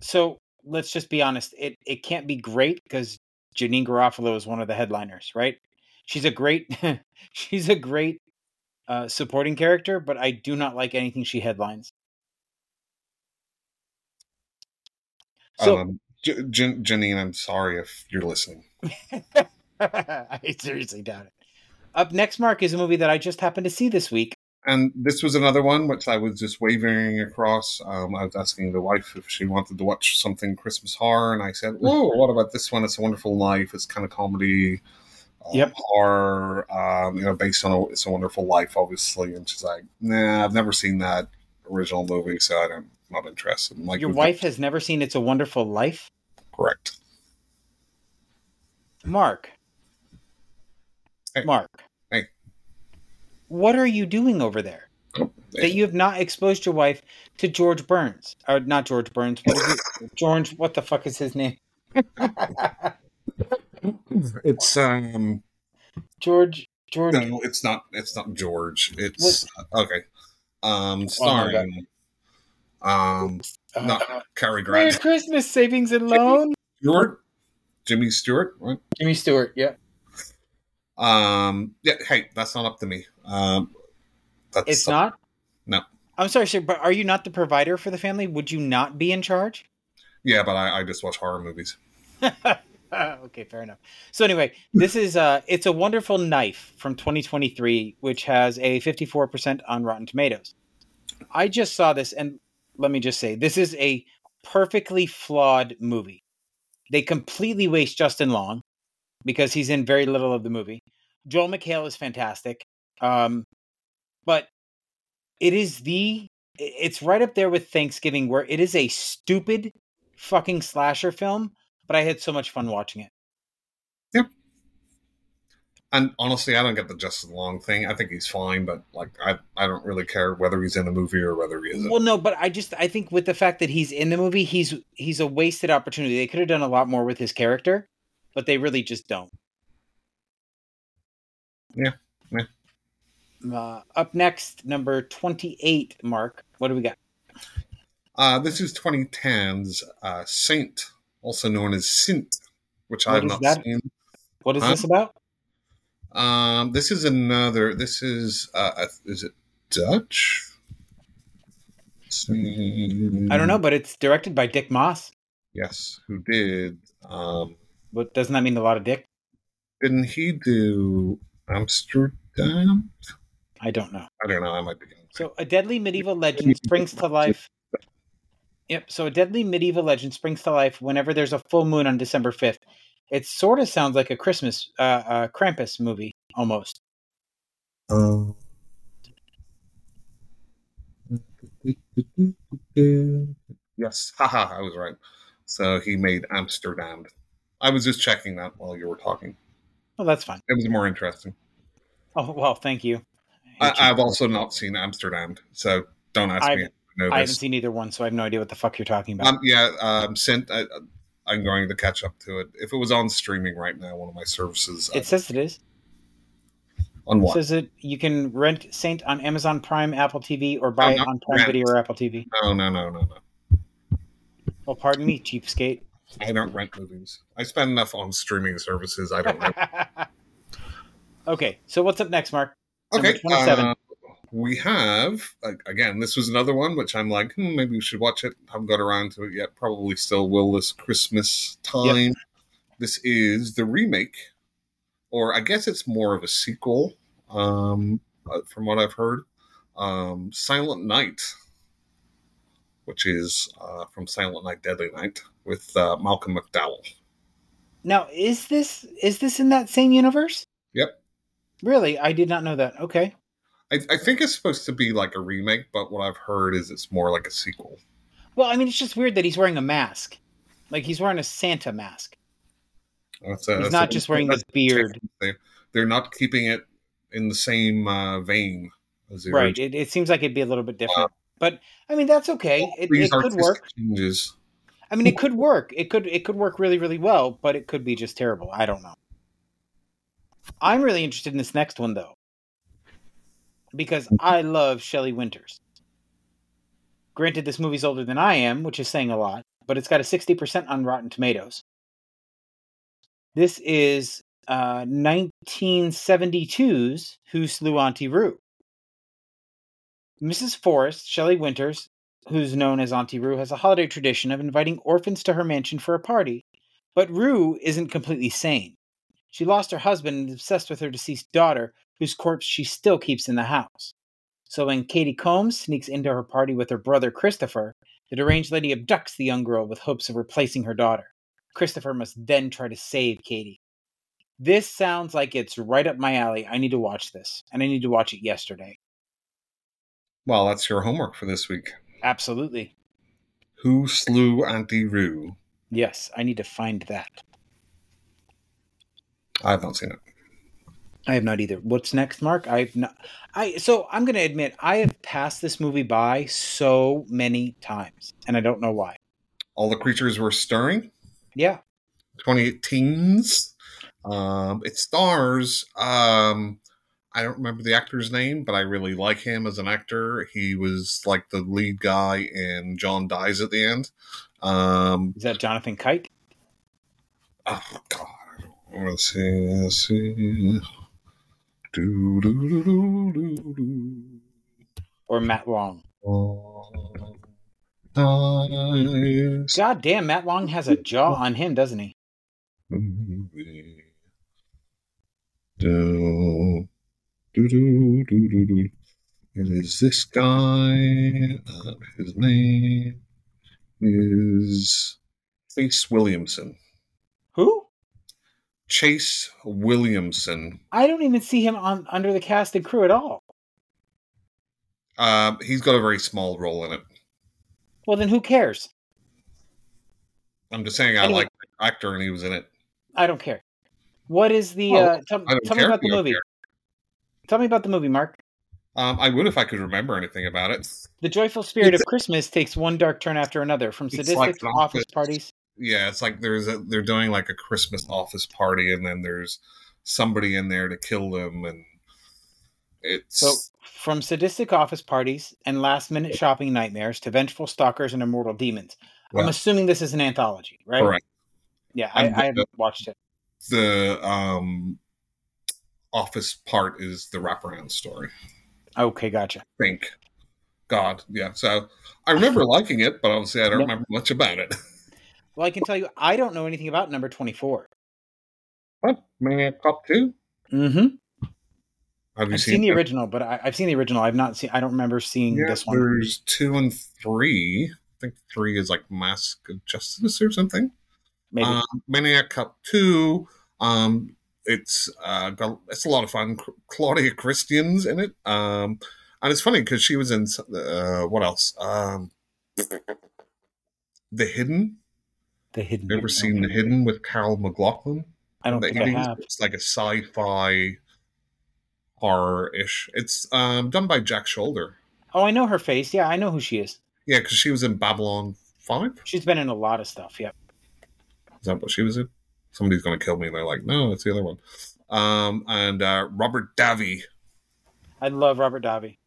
A: so. Let's just be honest. It it can't be great because Janine Garofalo is one of the headliners, right? She's a great she's a great uh, supporting character, but I do not like anything she headlines. So
B: Um, J- Jan- Janine, I'm sorry if you're listening.
A: I seriously doubt it. Up next, Mark is a movie that I just happened to see this week.
B: And this was another one which I was just wavering across. Um, I was asking the wife if she wanted to watch something Christmas horror, and I said, "Whoa, what about this one? It's a Wonderful Life. It's kind of comedy, um,
A: Yep.
B: horror, um, you know, based on a, It's a Wonderful Life, obviously." And she's like, "Nah, I've never seen that original movie, so I don't, I'm not interested." I'm like,
A: Your
B: "We've
A: wife has never seen It's a Wonderful Life.
B: got- correct?
A: Mark.
B: Hey.
A: Mark.
B: Hey.
A: What are you doing over there? That you have not exposed your wife to George Burns. Or not George Burns. What is it? George, what the fuck is his name?
B: It's um,
A: George George
B: no, it's not. It's not George. It's uh, okay. Um,
A: Oh my God.
B: starring um,
A: uh,
B: not
A: Merry
B: Cary Grant.
A: Christmas Savings and Loan.
B: Stewart, Jimmy Stewart, right?
A: Jimmy Stewart, yeah.
B: Um, yeah. Hey, that's not up to me. Um, that's
A: It's not?
B: No.
A: I'm sorry, sir, but are you not the provider for the family? Would you not be in charge?
B: Yeah, but I, I just watch horror movies.
A: okay, fair enough. So anyway, this is uh it's a wonderful knife from 2023 which has a 54% on Rotten Tomatoes. I just saw this and let me just say this is a perfectly flawed movie. They completely waste Justin Long because he's in very little of the movie. Joel McHale is fantastic. Um but it is the it- it's right up there with Thanksgiving where it is a stupid fucking slasher film but I had so much fun watching it.
B: And honestly, I don't get the Justin Long thing. I think he's fine, but like, I, I don't really care whether he's in a movie or whether he isn't.
A: Well, no, but I just I think with the fact that he's in the movie, he's he's a wasted opportunity. They could have done a lot more with his character, but they really just don't.
B: Yeah, yeah.
A: Uh, up next, number twenty-eight. Mark, what do we got?
B: Uh, this is 2010's uh, Saint, also known as Sint, which
A: What
B: I've
A: is
B: not
A: that?
B: seen.
A: What is
B: Huh?
A: this about?
B: Um, this is another. This is uh, uh, is it Dutch?
A: I
B: Hmm.
A: don't know, but it's directed by Dick Moss.
B: Yes, who did? Um,
A: But doesn't that mean a lot of Dick?
B: didn't he do Amsterdam?
A: I don't know.
B: I don't know. I might be. getting-
A: So, a deadly medieval legend springs to life. Yep. So, a deadly medieval legend springs to life whenever there's a full moon on December 5th. It sort of sounds like a Christmas, uh, uh, Krampus movie almost.
B: Um, yes, haha, I was right. So he made Amsterdam. I was just checking that while you were talking.
A: Well, that's fine.
B: It was more interesting.
A: Oh, well, thank you.
B: I, I've also not seen Amsterdam, so don't ask
A: I've-
B: me. I know
A: I haven't
B: this.
A: seen either one, so I have no idea what the fuck you're talking about.
B: Um, yeah, um, sent. I, I'm going to catch up to it. If it was on streaming right now, one of my services. uh,
A: it says it is.
B: on
A: It
B: what?
A: says that you can rent Saint on Amazon Prime, Apple TV, or buy
B: Oh,
A: it
B: not
A: on Prime
B: rent.
A: Video or Apple TV.
B: No, no, no, no, no.
A: Well, pardon me, cheapskate.
B: I don't rent movies. I spend enough on streaming services. I don't know.
A: okay, so what's up next, Mark? Number
B: okay.
A: 27.
B: uh, we have like, again. This was another one which I'm like, hmm, maybe we should watch it. Haven't got around to it yet. Probably still will this Christmas time. This is the remake, or I guess it's more of a sequel. Um, uh, from what I've heard, um, Silent Night, which is uh, from Silent Night, Deadly Night with uh, Malcolm McDowell.
A: Now, is this is this in that same universe?
B: Yep.
A: Really, I did not know that. Okay.
B: I, I think it's supposed to be like a remake, but what I've heard is it's more like a sequel.
A: Well, I mean, it's just weird that he's wearing a mask. Like he's wearing a Santa mask.
B: That's a,
A: He's
B: Uh, that's
A: not
B: a-
A: just wearing this
B: that's-
A: beard,
B: They, they're not keeping it in the same uh, vein as the
A: right?
B: original.
A: It, it seems like it'd be a little bit different, but I mean, that's okay. It,
B: These
A: it could
B: artistic
A: work.
B: changes.
A: I mean, it could work. It could it could work really really well, but it could be just terrible. I don't know. I'm really interested in this next one though, because I love Shelley Winters. Granted, this movie's older than I am, which is saying a lot, but it's got a 60% on Rotten Tomatoes. This is uh, 1972's Who Slew Auntie Rue. Mrs. Forrest, Shelley Winters, who's known as Auntie Rue, has a holiday tradition of inviting orphans to her mansion for a party. But Rue isn't completely sane. She lost her husband and is obsessed with her deceased daughter, whose corpse she still keeps in the house. So when Katie Combs sneaks into her party with her brother Christopher, the deranged lady abducts the young girl with hopes of replacing her daughter. Christopher must then try to save Katie. This sounds like it's right up my alley. I need to watch this, and I need to watch it yesterday.
B: Well, that's your homework for this week.
A: Absolutely.
B: Who slew Auntie Rue?
A: Yes, I need to find that.
B: I've not seen it.
A: I have not either. What's next, Mark? I've not. I so I'm going to admit I have passed this movie by so many times, and I don't know why.
B: All the creatures were stirring.
A: Yeah,
B: 2018's. Um, it stars. Um, I don't remember the actor's name, but I really like him as an actor. He was like the lead guy in John Dies at the end. Um,
A: is that Jonathan Kite?
B: Oh God! Let's see. Let's see. Do, do, do, do, do, do.
A: or Matt Long?
B: Oh, nice
A: God damn, Matt Long has a jaw on him, doesn't he?
B: movie. Do, do, do, do, do, do. It is this guy. Uh, his name is Chase Williamson.
A: Who?
B: Chase Williamson.
A: I don't even see him on under the cast and crew at all.
B: Um, he's got a very small role in it.
A: Well, then who cares?
B: I'm just saying I
A: Anyway.
B: like the actor and he was in it.
A: I don't care. What is the?
B: Oh,
A: uh, tell
B: I don't
A: tell me
B: care
A: about
B: if
A: the
B: you don't
A: movie.
B: care.
A: Tell me about the movie, Mark.
B: Um, I would if I could remember anything about it.
A: The joyful spirit of Christmas takes one dark turn after another, from
B: It's
A: sadistic
B: like
A: to
B: the
A: office
B: opposite.
A: parties.
B: yeah it's like there's a they're doing like a christmas office party and then there's somebody in there to kill them and it's
A: So, from sadistic office parties and last minute shopping nightmares to vengeful stalkers and immortal demons. I'm
B: Yeah.
A: assuming this is an anthology, right?
B: correct
A: Yeah, I,
B: I'm
A: I haven't watched it.
B: the um office part is the wraparound story
A: Okay, gotcha.
B: I think god yeah so i remember liking it but obviously i don't
A: No.
B: remember much about it
A: Well, I can tell you, I don't know anything about number 24.
B: what maniac cop 2
A: Mm-hmm.
B: have you
A: I've
B: seen,
A: seen, the
B: that?
A: original, but I, I've seen the original. I've not seen. I don't remember seeing
B: yeah,
A: this one.
B: there's two and three i think three is like mask of justice or something
A: Maybe
B: Um, Maniac Cup Two. Um, it's uh, got, it's a lot of fun. C- Claudia Christian's in it, um, and it's funny because she was in s- uh, what else? Um, the Hidden.
A: the hidden.
B: You ever seen The Hidden with Carol McLaughlin?
A: I don't
B: The
A: think I
B: Hidden's-
A: have.
B: It's like a sci-fi horror ish. It's um, done by Jack Shoulder.
A: Oh, I know her face. Yeah, I know who she is.
B: Yeah, because she was in Babylon Five.
A: She's been in a lot of stuff. Yep.
B: Is that what she was in? Somebody's going to kill me. And they're like, no, it's the other one. Um, and uh, Robert Davi.
A: I love Robert Davi.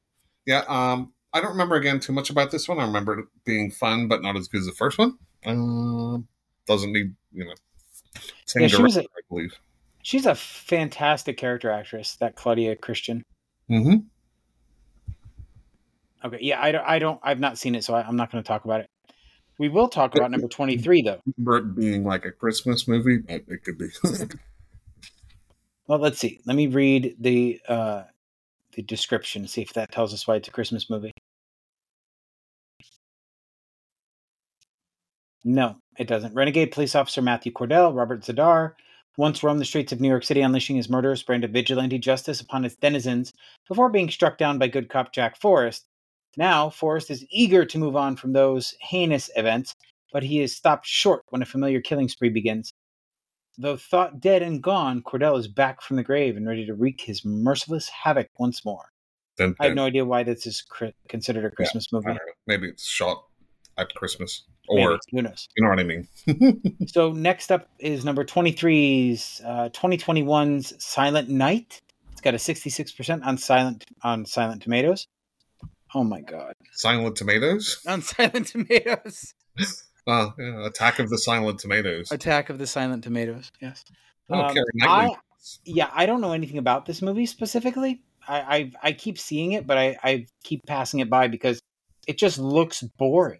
B: Yeah, um, I don't remember again too much about this one. I remember it being fun, but not as good as the first one. Um, doesn't need you know. Same
A: Yeah, she was
B: director, I believe.
A: She's a fantastic character actress. That Claudia Christian.
B: hmm
A: Okay. Yeah, I don't. I don't I've not seen it, so I, I'm not going to talk about it. We will talk about number 23 though.
B: Remember it being like a Christmas movie, but it could be.
A: Well, let's see. Let me read the uh, the description. See if that tells us why it's a Christmas movie. No, it doesn't. Renegade police officer Matthew Cordell, Robert Zadar, once roamed the streets of New York City, unleashing his murderous brand of vigilante justice upon its denizens before being struck down by good cop Jack Forrest. Now, Forrest is eager to move on from those heinous events, but he is stopped short when a familiar killing spree begins. Though thought dead and gone, Cordell is back from the grave and ready to wreak his merciless havoc once more.
B: Dun,
A: I have
B: dun.
A: no idea why this is cri- considered a Christmas
B: I don't
A: movie.
B: know. Maybe it's shot at Christmas,
A: Maybe,
B: or
A: who knows?
B: you know what I mean.
A: So next up is number 23's uh, 2021's Silent Night. It's got a 66% on Silent on Silent Tomatoes. Oh my god.
B: Silent Tomatoes.
A: On Silent Tomatoes.
B: Well, yeah, Attack of the Silent Tomatoes.
A: Attack of the Silent Tomatoes. Yes.
B: Oh,
A: Um,
B: Keira
A: I,
B: Knightley.
A: yeah, I don't know anything about this movie specifically. I I, I keep seeing it, but I, I keep passing it by because it just looks boring.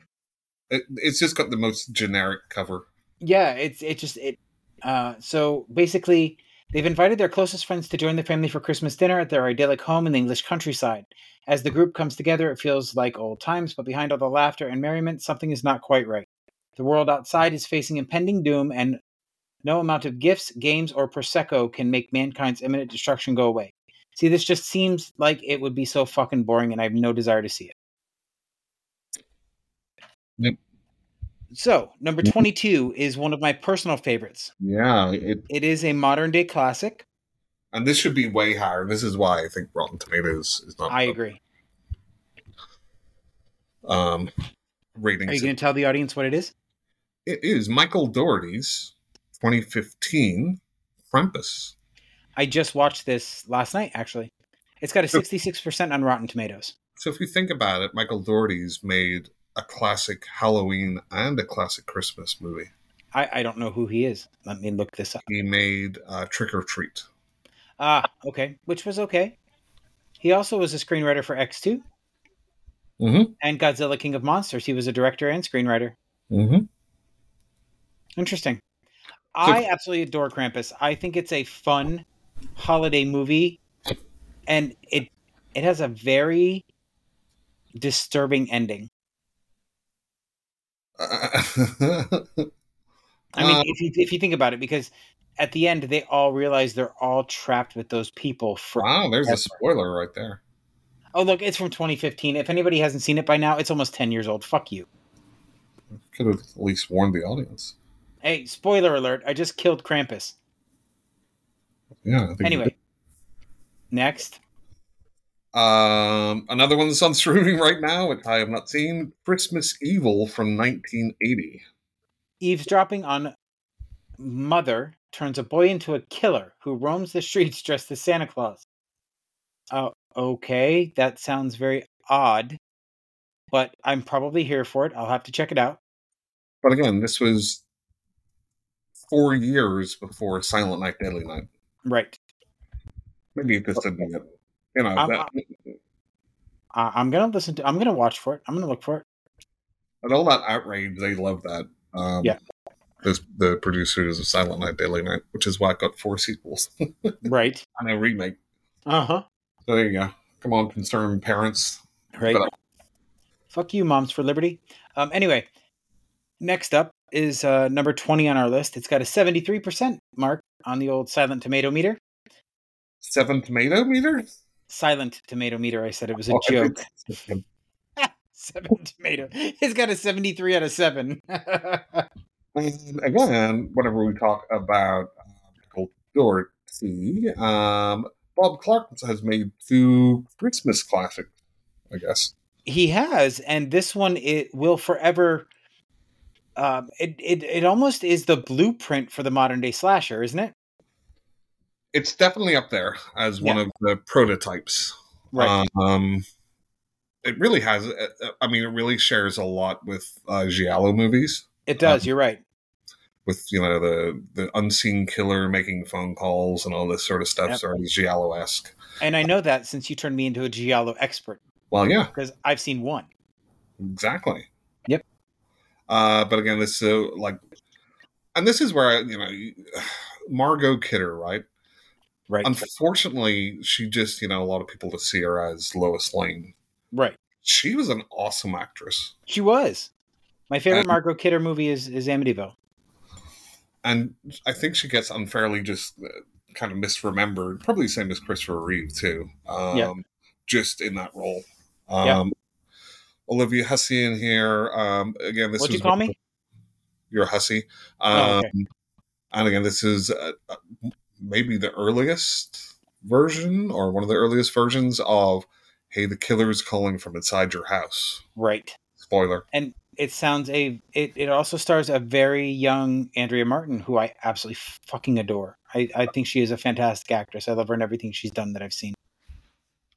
B: It, it's just got the most generic cover.
A: Yeah, it's it just it. Uh, so basically, they've invited their closest friends to join the family for Christmas dinner at their idyllic home in the English countryside. As the group comes together, it feels like old times, but behind all the laughter and merriment, something is not quite right. The world outside is facing impending doom, and no amount of gifts, games, or prosecco can make mankind's imminent destruction go away. See, this just seems like it would be so fucking boring, and I have no desire to see it.
B: Yep.
A: So, number 22 is one of my personal favorites.
B: Yeah, it,
A: It is a modern day classic.
B: and this should be way higher. This is why I think Rotten Tomatoes is not.
A: I agree.
B: Um, ratings.
A: Are you going to tell the audience what it is?
B: It is Michael Doherty's 2015 Krampus.
A: I just watched this last night, actually. It's got a 66% on Rotten Tomatoes.
B: So if you think about it, Michael Doherty's made a classic Halloween and a classic Christmas movie.
A: I, I don't know who he is. Let me look this up.
B: He made uh, Trick or Treat.
A: Ah, okay. Which was okay. He also was a screenwriter for X2
B: Mm-hmm.
A: and Godzilla King of Monsters. He was a director and screenwriter.
B: Mm-hmm.
A: Interesting. I absolutely adore Krampus. I think it's a fun holiday movie, and it it has a very disturbing ending. I mean,
B: Um,
A: if you if you think about it, because at the end they all realize they're all trapped with those people. From
B: wow, there's a spoiler right there.
A: oh look, it's from 2015. If anybody hasn't seen it by now, it's almost 10 years old. Fuck you.
B: Could have at least warned the audience.
A: Hey, spoiler alert! I just killed Krampus.
B: Yeah. I think you
A: Anyway, next.
B: did. Um, another one that's on streaming right now, which I have not seen, Christmas Evil from 1980.
A: eavesdropping on mother turns a boy into a killer who roams the streets dressed as Santa Claus. Oh, okay, that sounds very odd, but I'm probably here for it. I'll have to check it out.
B: But again, this was four years before Silent Night, Deadly Night.
A: Right,
B: Maybe it just didn't get, you know,
A: I'm-
B: that,
A: I I'm gonna listen to. I'm gonna watch for it. I'm gonna look for it.
B: and all that outrage, they love that. Um,
A: Yeah.
B: This, the producers of Silent Night, Deadly Night, which is why it got four sequels
A: Right.
B: and a remake.
A: Uh huh.
B: So there you go. Come on, concerned parents.
A: Right.
B: But-
A: Fuck you, moms for liberty. Um. Anyway, next up is uh, number twenty on our list. It's got a seventy-three percent mark on the old Silent Tomato meter.
B: Seven tomato meter?
A: Silent Tomato meter. I said it was a
B: Oh, I
A: joke.
B: think-
A: seven tomato. He's got a seventy-three out of seven.
B: And again, whenever we talk about uh, Michael Doherty, um, Bob Clark has made two Christmas classics, I guess.
A: he has, and this one it will forever. Um, it, it it almost is the blueprint for the modern day slasher, isn't it?
B: It's definitely up there as one
A: Yeah.
B: of the prototypes.
A: Right.
B: Um, it really has. uh, uh, I mean, it really shares a lot with uh, Giallo movies,
A: it does. You're right.
B: with you know the the unseen killer making phone calls and all this sort of stuff,
A: Yep.
B: sort of Giallo esque.
A: And I know that since you turned me into a giallo expert
B: Well, yeah,
A: because I've seen one.
B: Exactly.
A: Yep.
B: Uh, but again, this so like, and this is where I, you know, Margot Kidder, right?
A: Right.
B: Unfortunately, she just you know a lot of people to see her as Lois Lane.
A: right.
B: She was an awesome actress,
A: She was. My favorite
B: Um,
A: Margot Kidder movie is is Amityville.
B: and I think she gets unfairly just uh, kind of misremembered. Probably the same as Christopher Reeve too. Um,
A: Yeah.
B: Just in that role. Um,
A: Yeah.
B: Olivia Hussey in here. Um, again, this
A: What'd you
B: was
A: call me?
B: You're a hussy. Um,
A: Oh, okay.
B: And again, this is uh, uh, maybe the earliest version or one of the earliest versions of Hey, the killer is calling from inside your house.
A: Right.
B: Spoiler.
A: It sounds a. It, it also stars a very young Andrea Martin, who I absolutely fucking adore. I, I think she is a fantastic actress. I love her and everything she's done that I've seen.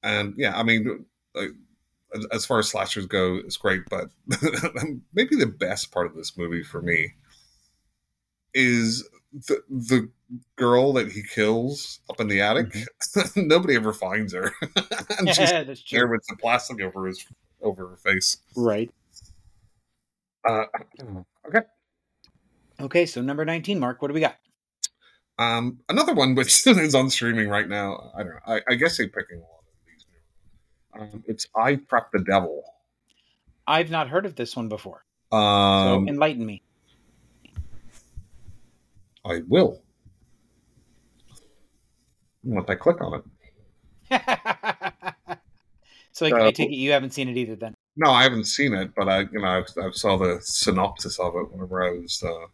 B: And yeah, I mean, uh, as far as slashers go, it's great, but maybe the best part of this movie for me is the the girl that he kills up in the attic.
A: Mm-hmm.
B: Nobody ever finds her. And she's
A: yeah, that's
B: there
A: true.
B: with the plastic over his over her face.
A: Right.
B: Uh, okay.
A: Okay, so number 19, Mark, what do we got?
B: Um, another one which is on streaming right now. I don't know. I, I guess they're picking a lot of these. new ones. Um, it's I Prep the Devil.
A: I've not heard of this one before. So
B: Um,
A: enlighten me.
B: I will. Once I click on it.
A: so like, I take it you haven't seen it either then.
B: No, I haven't seen it, but I, you know, I, I saw the synopsis of it whenever I was. Uh,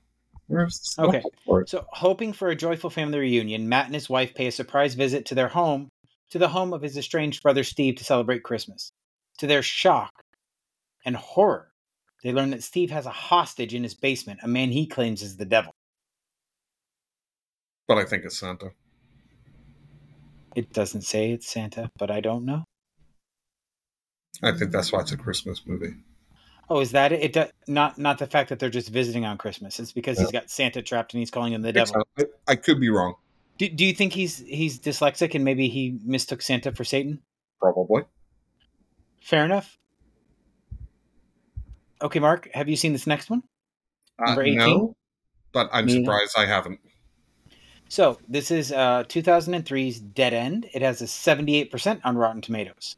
B: where was the
A: Okay.
B: synopsis for it?
A: So, hoping for a joyful family reunion, Matt and his wife pay a surprise visit to their home, to the home of his estranged brother Steve to celebrate Christmas. To their shock and horror, they learn that Steve has a hostage in his basement, a man he claims is the devil.
B: But I think it's Santa.
A: It doesn't say it's Santa, but I don't know.
B: I think that's why it's a Christmas movie.
A: Oh, is that it? it do- not not the fact that they're just visiting on Christmas. It's because he's got Santa trapped and he's calling him the devil.
B: I, I could be wrong,
A: Do, do you think he's he's dyslexic and maybe he mistook Santa for Satan?
B: probably.
A: Fair enough. Okay, Mark, have you seen this next one?
B: Uh,
A: Number 18?
B: no, but I'm
A: Me neither.
B: surprised I haven't.
A: So this is uh, 2003's Dead End. It has a 78% on Rotten Tomatoes.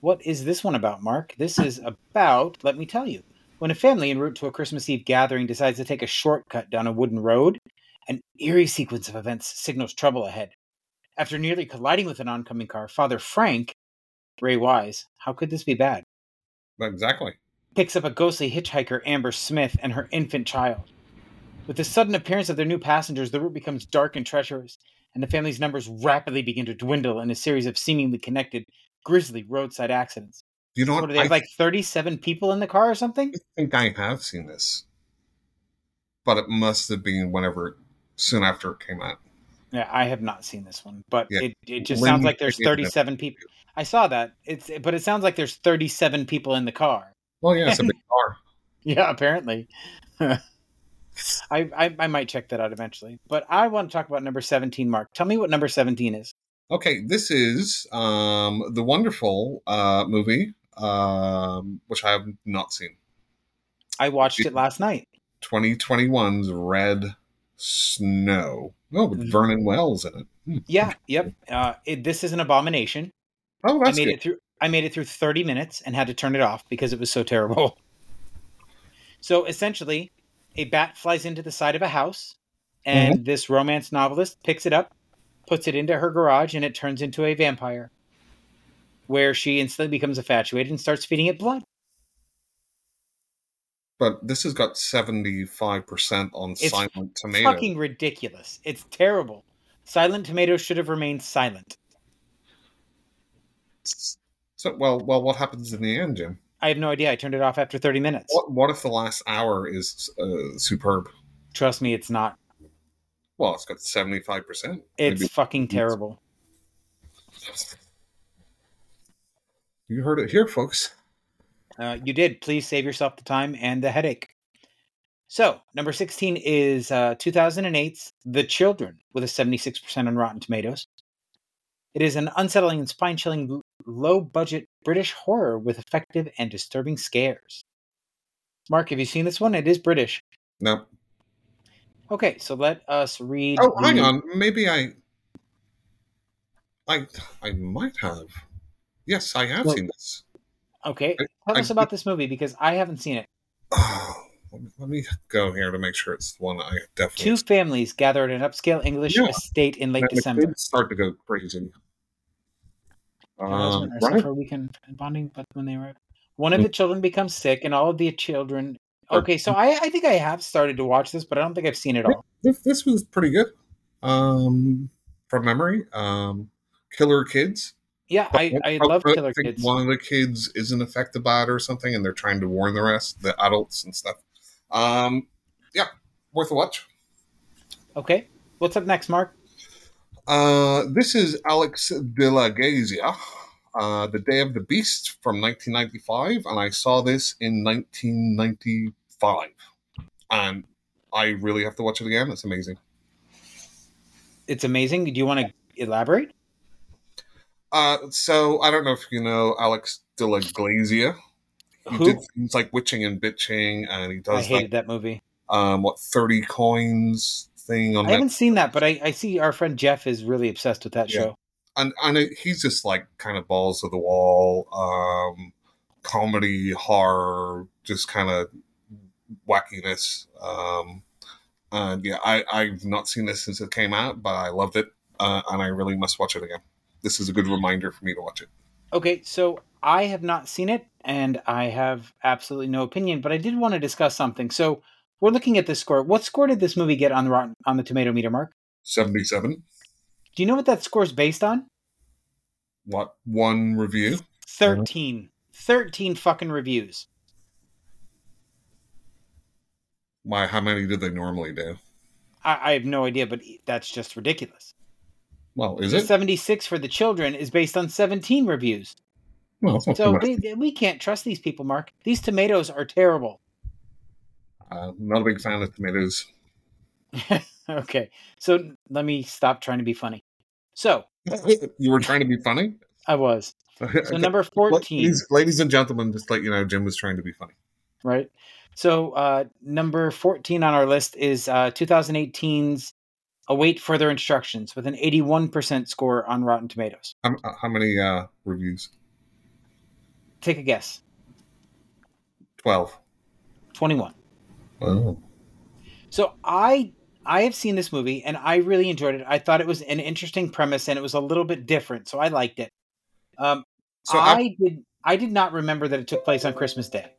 A: What is this one about, Mark? This is about, let me tell you, when a family en route to a Christmas Eve gathering decides to take a shortcut down a wooden road, an eerie sequence of events signals trouble ahead. After nearly colliding with an oncoming car, Father Frank, Ray Wise, how could this be bad?
B: Exactly.
A: picks up a ghostly hitchhiker, Amber Smith, and her infant child. With the sudden appearance of their new passengers, the route becomes dark and treacherous, and the family's numbers rapidly begin to dwindle in a series of seemingly connected, grisly roadside accidents.
B: You know
A: What
B: what?
A: do they have,
B: I
A: like 37 people in the car or something?
B: think I have seen this, but it must have been whenever soon after it came out.
A: Yeah, I have not seen this one, but
B: Yeah.
A: it, it just
B: When
A: sounds
B: you
A: like there's
B: pick it up.
A: 37 people. I saw that. It's but it sounds like there's 37 people in the car.
B: Well, yeah, it's a big car.
A: Yeah, apparently. I, I I might check that out eventually. But I want to talk about number 17, Mark. Tell me what number 17 is.
B: Okay, this is um, the wonderful uh, movie, um, which I have not seen.
A: I watched it last night.
B: 2021's Red Snow. Oh, with
A: Mhm.
B: Vernon Wells in it. Hmm.
A: Yeah, yep. Uh, it, this is an abomination.
B: Oh, that's
A: I made
B: good.
A: it through. I made it through 30 minutes and had to turn it off because it was so terrible. So essentially, a bat flies into the side of a house, and
B: Mm-hmm.
A: this romance novelist picks it up, puts it into her garage, and it turns into a vampire, where she instantly becomes infatuated and starts feeding it blood.
B: But this has got 75% on
A: It's
B: Silent Tomato.
A: Fucking ridiculous! It's terrible. Silent Tomatoes should have remained silent.
B: So, well, well, what happens in the end, Jim?
A: I have no idea. I turned it off after 30 minutes.
B: What, what if the last hour is uh, superb?
A: Trust me, it's not.
B: Well, it's got 75%.
A: It's
B: Maybe.
A: fucking terrible.
B: You heard it here, folks.
A: Uh, you did. Please save yourself the time and the headache. So, number 16 is uh, 2008's The Children with a 76% on Rotten Tomatoes. It is an unsettling and spine chilling, low budget British horror with effective and disturbing scares. Mark, have you seen this one? It is British.
B: No.
A: Okay, so let us read.
B: Oh, hang
A: the-
B: on. Maybe I. I, I might have. Yes, I have
A: Well-
B: seen this.
A: Okay,
B: I-
A: tell
B: I
A: us about this movie because I haven't seen it.
B: Oh, let me- let me go here to make sure it's the one I definitely.
A: Two families gather at an upscale English
B: Yeah.
A: estate in late
B: Now, it
A: December.
B: did Start to go crazy.
A: Um,
B: Um,
A: right.
B: right?
A: for weekend bonding, but when they were one of the children becomes sick, and all of the children.
B: Or-
A: Okay, so I, I think I have started to watch this, but I don't think I've seen it all.
B: This, this was pretty good. Um, from memory, um, Killer Kids.
A: Yeah, I, I love Killer
B: think
A: Kids.
B: One of the kids isn't affected by it or something, and they're trying to warn the rest, the adults and stuff. Um, yeah, worth a watch.
A: Okay, what's up next, Mark?
B: Uh, this is Alex De La Gazia. uh, The Day of the Beast from 1995, and I saw this in 1995. And I really have to watch it again. It's amazing.
A: It's amazing. Do you want to elaborate?
B: Uh, so I don't know if you know Alex de la Glazia. He
A: Who?
B: did things like witching and bitching, and he
A: I
B: does
A: hated that
B: that,
A: movie.
B: um, what thirty coins thing on
A: I
B: that,
A: haven't seen that, but I, I see our friend Jeff is really obsessed with that
B: Yeah.
A: show.
B: and and it- he's just like kind of balls of the wall, um, comedy, horror, just kind of wackiness. Um, and yeah, I I've not seen this since it came out, but I loved it, uh, and I really must watch it again. This is a good reminder for me to watch it.
A: Okay, so I have not seen it and I have absolutely no opinion, but I did want to discuss something. So we're looking at this score. What score did this movie get on the rotten, on the tomato meter mark?
B: Seventy-seven.
A: Do you know what that score is based on?
B: What one review?
A: 13. 13 fucking reviews.
B: My how many do they normally do?
A: I, I have no idea, but e, that's just ridiculous.
B: Well, is
A: The
B: it?
A: 76 for the children is based on 17 reviews.
B: Well, it's not too
A: So
B: much.
A: they, they- we can't trust these people, Mark. These tomatoes are terrible.
B: Uh, not a big fan of tomatoes.
A: Okay, so let me stop trying to be funny. So
B: you were trying to be funny.
A: I was. So
B: Okay.
A: number 14.
B: Ladies, ladies and gentlemen, just to let you know, Jim was trying to be funny.
A: right? So uh, number 14 on our list is uh, 2018's Await Further Instructions with an 81% score on Rotten Tomatoes.
B: How, how many uh, reviews?
A: Take a guess.
B: Twelve.
A: 21.
B: Oh.
A: So I I have seen this movie and I really enjoyed it. I thought it was an interesting premise and it was a little bit different, so I liked it. Um,
B: So
A: I
B: I,
A: did I did not remember that it took place on Christmas Day.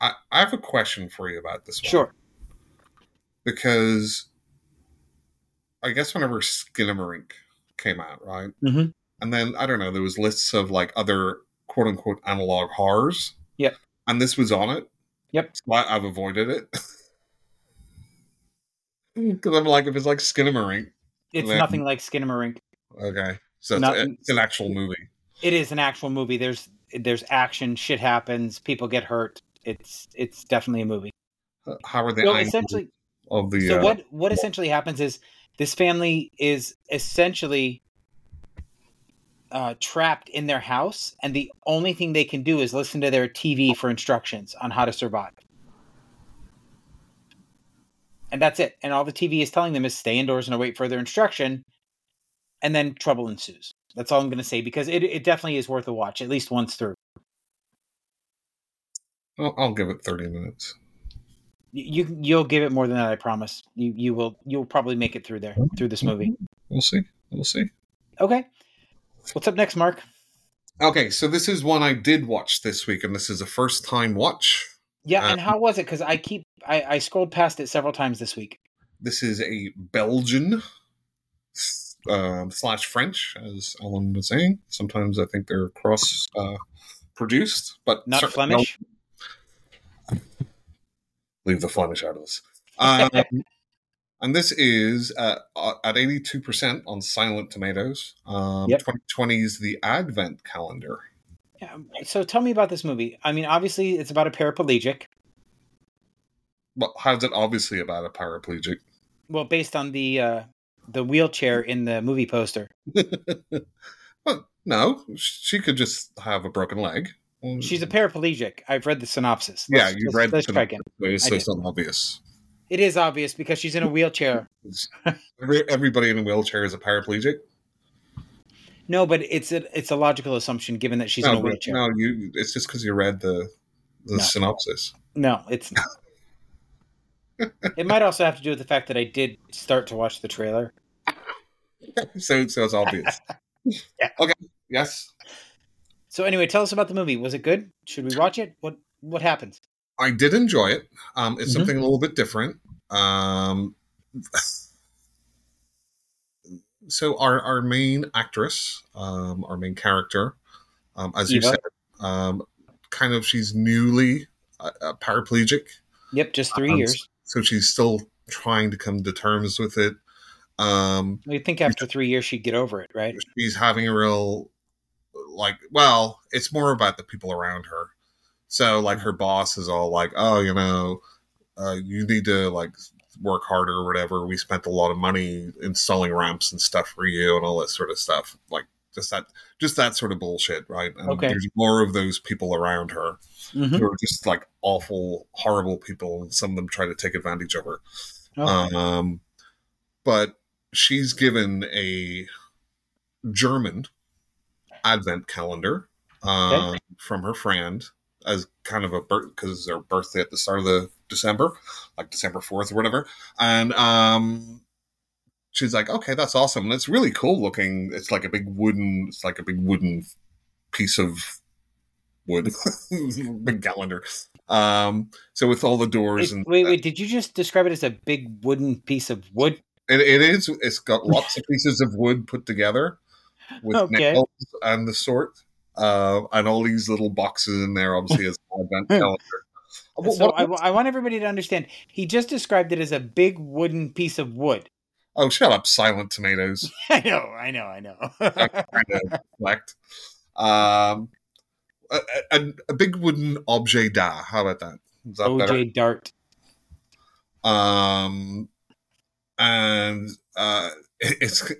B: I, I have a question for you about this one.
A: Sure.
B: Because I guess whenever Skinamarink came out, right?
A: Mhm.
B: And then I don't know, there was lists of like other quote unquote analog horrors.
A: Yep.
B: And this was on it.
A: Yep.
B: So I, I've avoided it. Because I'm like, if it's like Skinamarink,
A: It's
B: Then-
A: nothing like Skinamarink.
B: okay. So it's,
A: Nothing-
B: it's an actual movie.
A: It is an actual movie. There's there's action, shit happens, people get hurt. It's it's definitely a movie.
B: Uh, How are the
A: so
B: angles
A: essentially
B: of the
A: so
B: uh,
A: what what essentially happens is this family is essentially uh, trapped in their house and the only thing they can do is listen to their tv for instructions on how to survive and that's it and all the tv is telling them is stay indoors and await further instruction and then trouble ensues that's all i'm going to say because it, it definitely is worth a watch at least once through
B: I'll, I'll give it 30 minutes.
A: you you- you'll give it more than that i promise you you will you'll probably make it through there through this movie
B: We'll see. We'll see.
A: okay what's up next mark
B: Okay, so this is one I did watch this week, and this is a first time watch.
A: Yeah, and
B: Uh,
A: how was it? Because I keep I, I scrolled past it several times this week.
B: This is a Belgian s- um, slash French, as Alan was saying. Sometimes I think they're cross uh, produced, but
A: Not
B: certainly-
A: Flemish.
B: leave the Flemish out of this. Um, and this is uh, at 82% on Silent Tomatoes. Um,
A: Yep.
B: 2020 is the Advent calendar.
A: Yeah, So tell me about this movie. I mean, obviously it's about a paraplegic.
B: Well, how's it obviously about a paraplegic?
A: Well, based on the uh, the wheelchair in the movie poster,
B: Well, no, she could just have a broken leg.
A: she's a paraplegic. I've read the synopsis.
B: Yeah,
A: Let's-
B: you
A: let's-
B: read the
A: Let's try again.
B: It's,
A: I
B: so it's not obvious.
A: It is obvious because she's in a wheelchair.
B: Every- Everybody in a wheelchair is a paraplegic.
A: No, but it's a it's a logical assumption given that she's in
B: no,
A: a
B: but-
A: wheelchair.
B: no, you. It's just because you read the the
A: No.
B: synopsis.
A: No, it's not. it might also have to do with the fact that I did start to watch the trailer.
B: So, so it's obvious.
A: Yeah.
B: Okay. Yes,
A: So anyway, tell us about the movie. Was it good? Should we watch it? What what happens?
B: I did enjoy it. Um, it's
A: Mhm.
B: something a little bit different. Um, so our our main actress, um, our main character, um, as you
A: Eva.
B: said, um, kind of she's newly uh, uh, paraplegic,
A: Yep, just three
B: Um,
A: years.
B: so she's still trying to come to terms with it. Um,
A: We think after three years she'd get over it, right?
B: she's having a real like, well, it's more about the people around her. So like her boss is all like, oh, you know, uh, you need to like work harder or whatever. We spent a lot of money installing ramps and stuff for you and all that sort of stuff. Like just that, just that sort of bullshit, right? And
A: Okay.
B: There's more of those people around her
A: Mhm.
B: who are just like awful, horrible people, and some of them try to take advantage of her.
A: Oh,
B: Um, but she's given a German advent calendar uh,
A: Okay.
B: from her friend as kind of a birth because it's her birthday at the start of the December, like December fourth or whatever. And um, she's like, "Okay, that's awesome, and it's really cool looking. It's like a big wooden, it's like a big wooden piece of wood, big calendar." Um, so with all the doors
A: Is-
B: and
A: wait, wait. Did you just describe it as a big wooden piece of wood?
B: It, it is. It's got lots of pieces of wood put together with
A: Okay.
B: nails and the sort, uh, and all these little boxes in there. Obviously, as an advent calendar. What-
A: Hmm. so
B: what-
A: I, wa- I want everybody to understand. He just described it as a big wooden piece of wood.
B: oh, shut up, silent tomatoes.
A: I know, I know, I know.
B: Kind of reflect. Um, a, a, a big wooden objet d'art. How about that? Is that better?
A: OJ Dart.
B: um and uh it- it's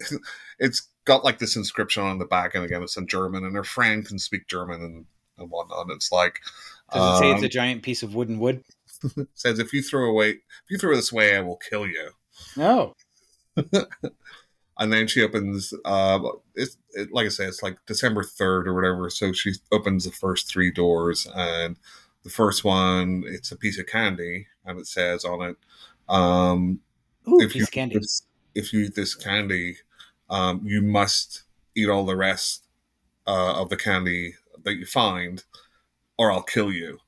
B: it's got like this inscription on the back and again it's in german and her friend can speak german and, and whatnot it's like
A: Does it say it's a
B: um,
A: giant piece of wooden wood?
B: says if you throw away if you throw this away i will kill you
A: No.
B: and then she opens uh it's it, like i say it's like december 3rd or whatever so she opens the first three doors and the first one it's a piece of candy and it says on it um
A: Ooh,
B: if
A: piece
B: you
A: of candy.
B: eat this, if you eat this candy, um, you must eat all the rest uh, of the candy that you find, or I'll kill you.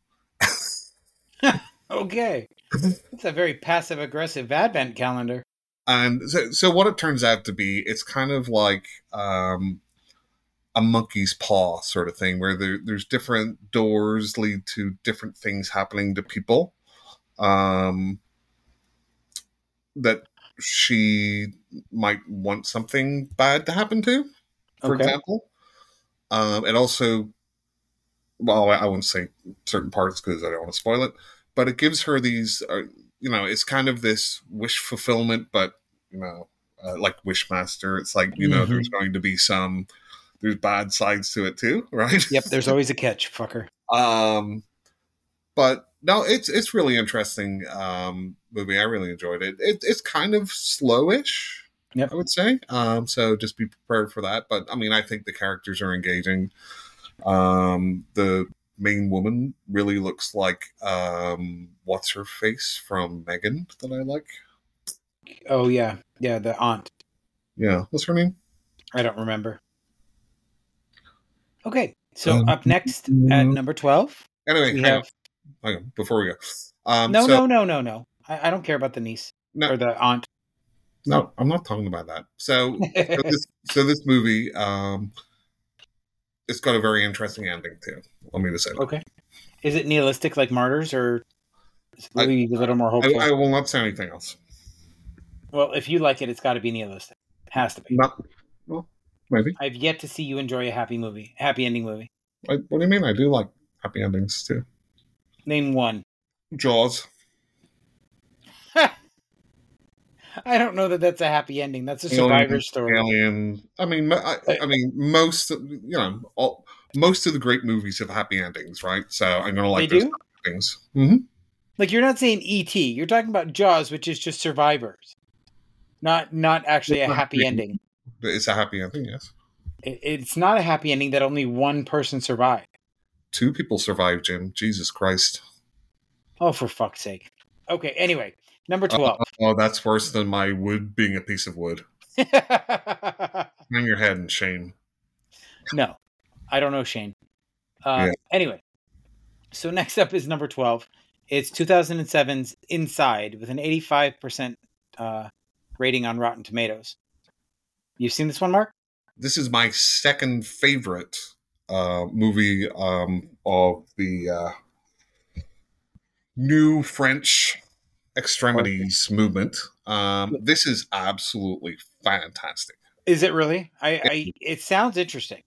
A: Okay. It's a very passive aggressive advent calendar.
B: And so, so what it turns out to be, it's kind of like um, a monkey's paw sort of thing, where there, there's different doors lead to different things happening to people. Um, that she might want something bad to happen to. for
A: Okay.
B: example. Um, it also, well, I, I won't say certain parts because I don't want to spoil it, but it gives her these, uh, you know, it's kind of this wish fulfillment, but, you know, uh, like Wishmaster, it's like, you know,
A: Mhm.
B: there's going to be some, there's bad sides to it too, right?
A: Yep, there's always a catch, fucker.
B: Um, but no, it's it's really interesting um, movie. I really enjoyed it. it it's kind of slowish,
A: Yep.
B: I would say. Um, so just be prepared for that. But I mean, I think the characters are engaging. Um, the main woman really looks like um, what's her face from Megan that I like.
A: Oh yeah. Yeah, the aunt.
B: Yeah, what's her name?
A: I don't remember. Okay. So
B: Um,
A: up next at number twelve,
B: Anyway,
A: we
B: hang,
A: have
B: on, hang on, before we go. Um,
A: No
B: so-
A: no no no no. I, I don't care about the niece
B: No.
A: or the aunt.
B: No, I'm not talking about that. So so this so this movie um it's got a very interesting ending too let me just say that.
A: okay. Is it nihilistic like martyrs or is it
B: I-
A: maybe a little more hopeful?
B: I, I will not say anything else
A: well, if you like it, it's gotta be nihilistic. Has to be.
B: not well maybe
A: I've yet to see you enjoy a happy movie, happy ending movie.
B: I, what do you mean i do like happy endings too
A: Name one.
B: jaws
A: I don't know that that's a happy ending. That's a
B: Alien.
A: survivor story.
B: alien i mean mo- i, I mean most of- you know all, most of the great movies have happy endings right so i'm gonna like
A: they
B: those
A: do?
B: things hmm
A: Like you're not saying E.T. You're talking about Jaws, which is just survivors, not not actually a
B: Not
A: happy
B: happy.
A: ending.
B: it's a happy ending yes
A: It, it's not a happy ending that only one person survived.
B: two people survive jim jesus christ
A: Oh, for fuck's sake. Okay. Anyway, number twelve.
B: oh that's worse than my wood being a piece of wood hang your head in shame
A: no, I don't know Shane. Uh,
B: Yeah.
A: Anyway, so next up is number twelve. It's 2007's Inside with an 85% uh, rating on Rotten Tomatoes. You've seen this one, Mark?
B: this is my second favorite uh, movie um, of the uh, new French extremities movement. Um, this is absolutely fantastic.
A: Is it really? I, I it sounds interesting.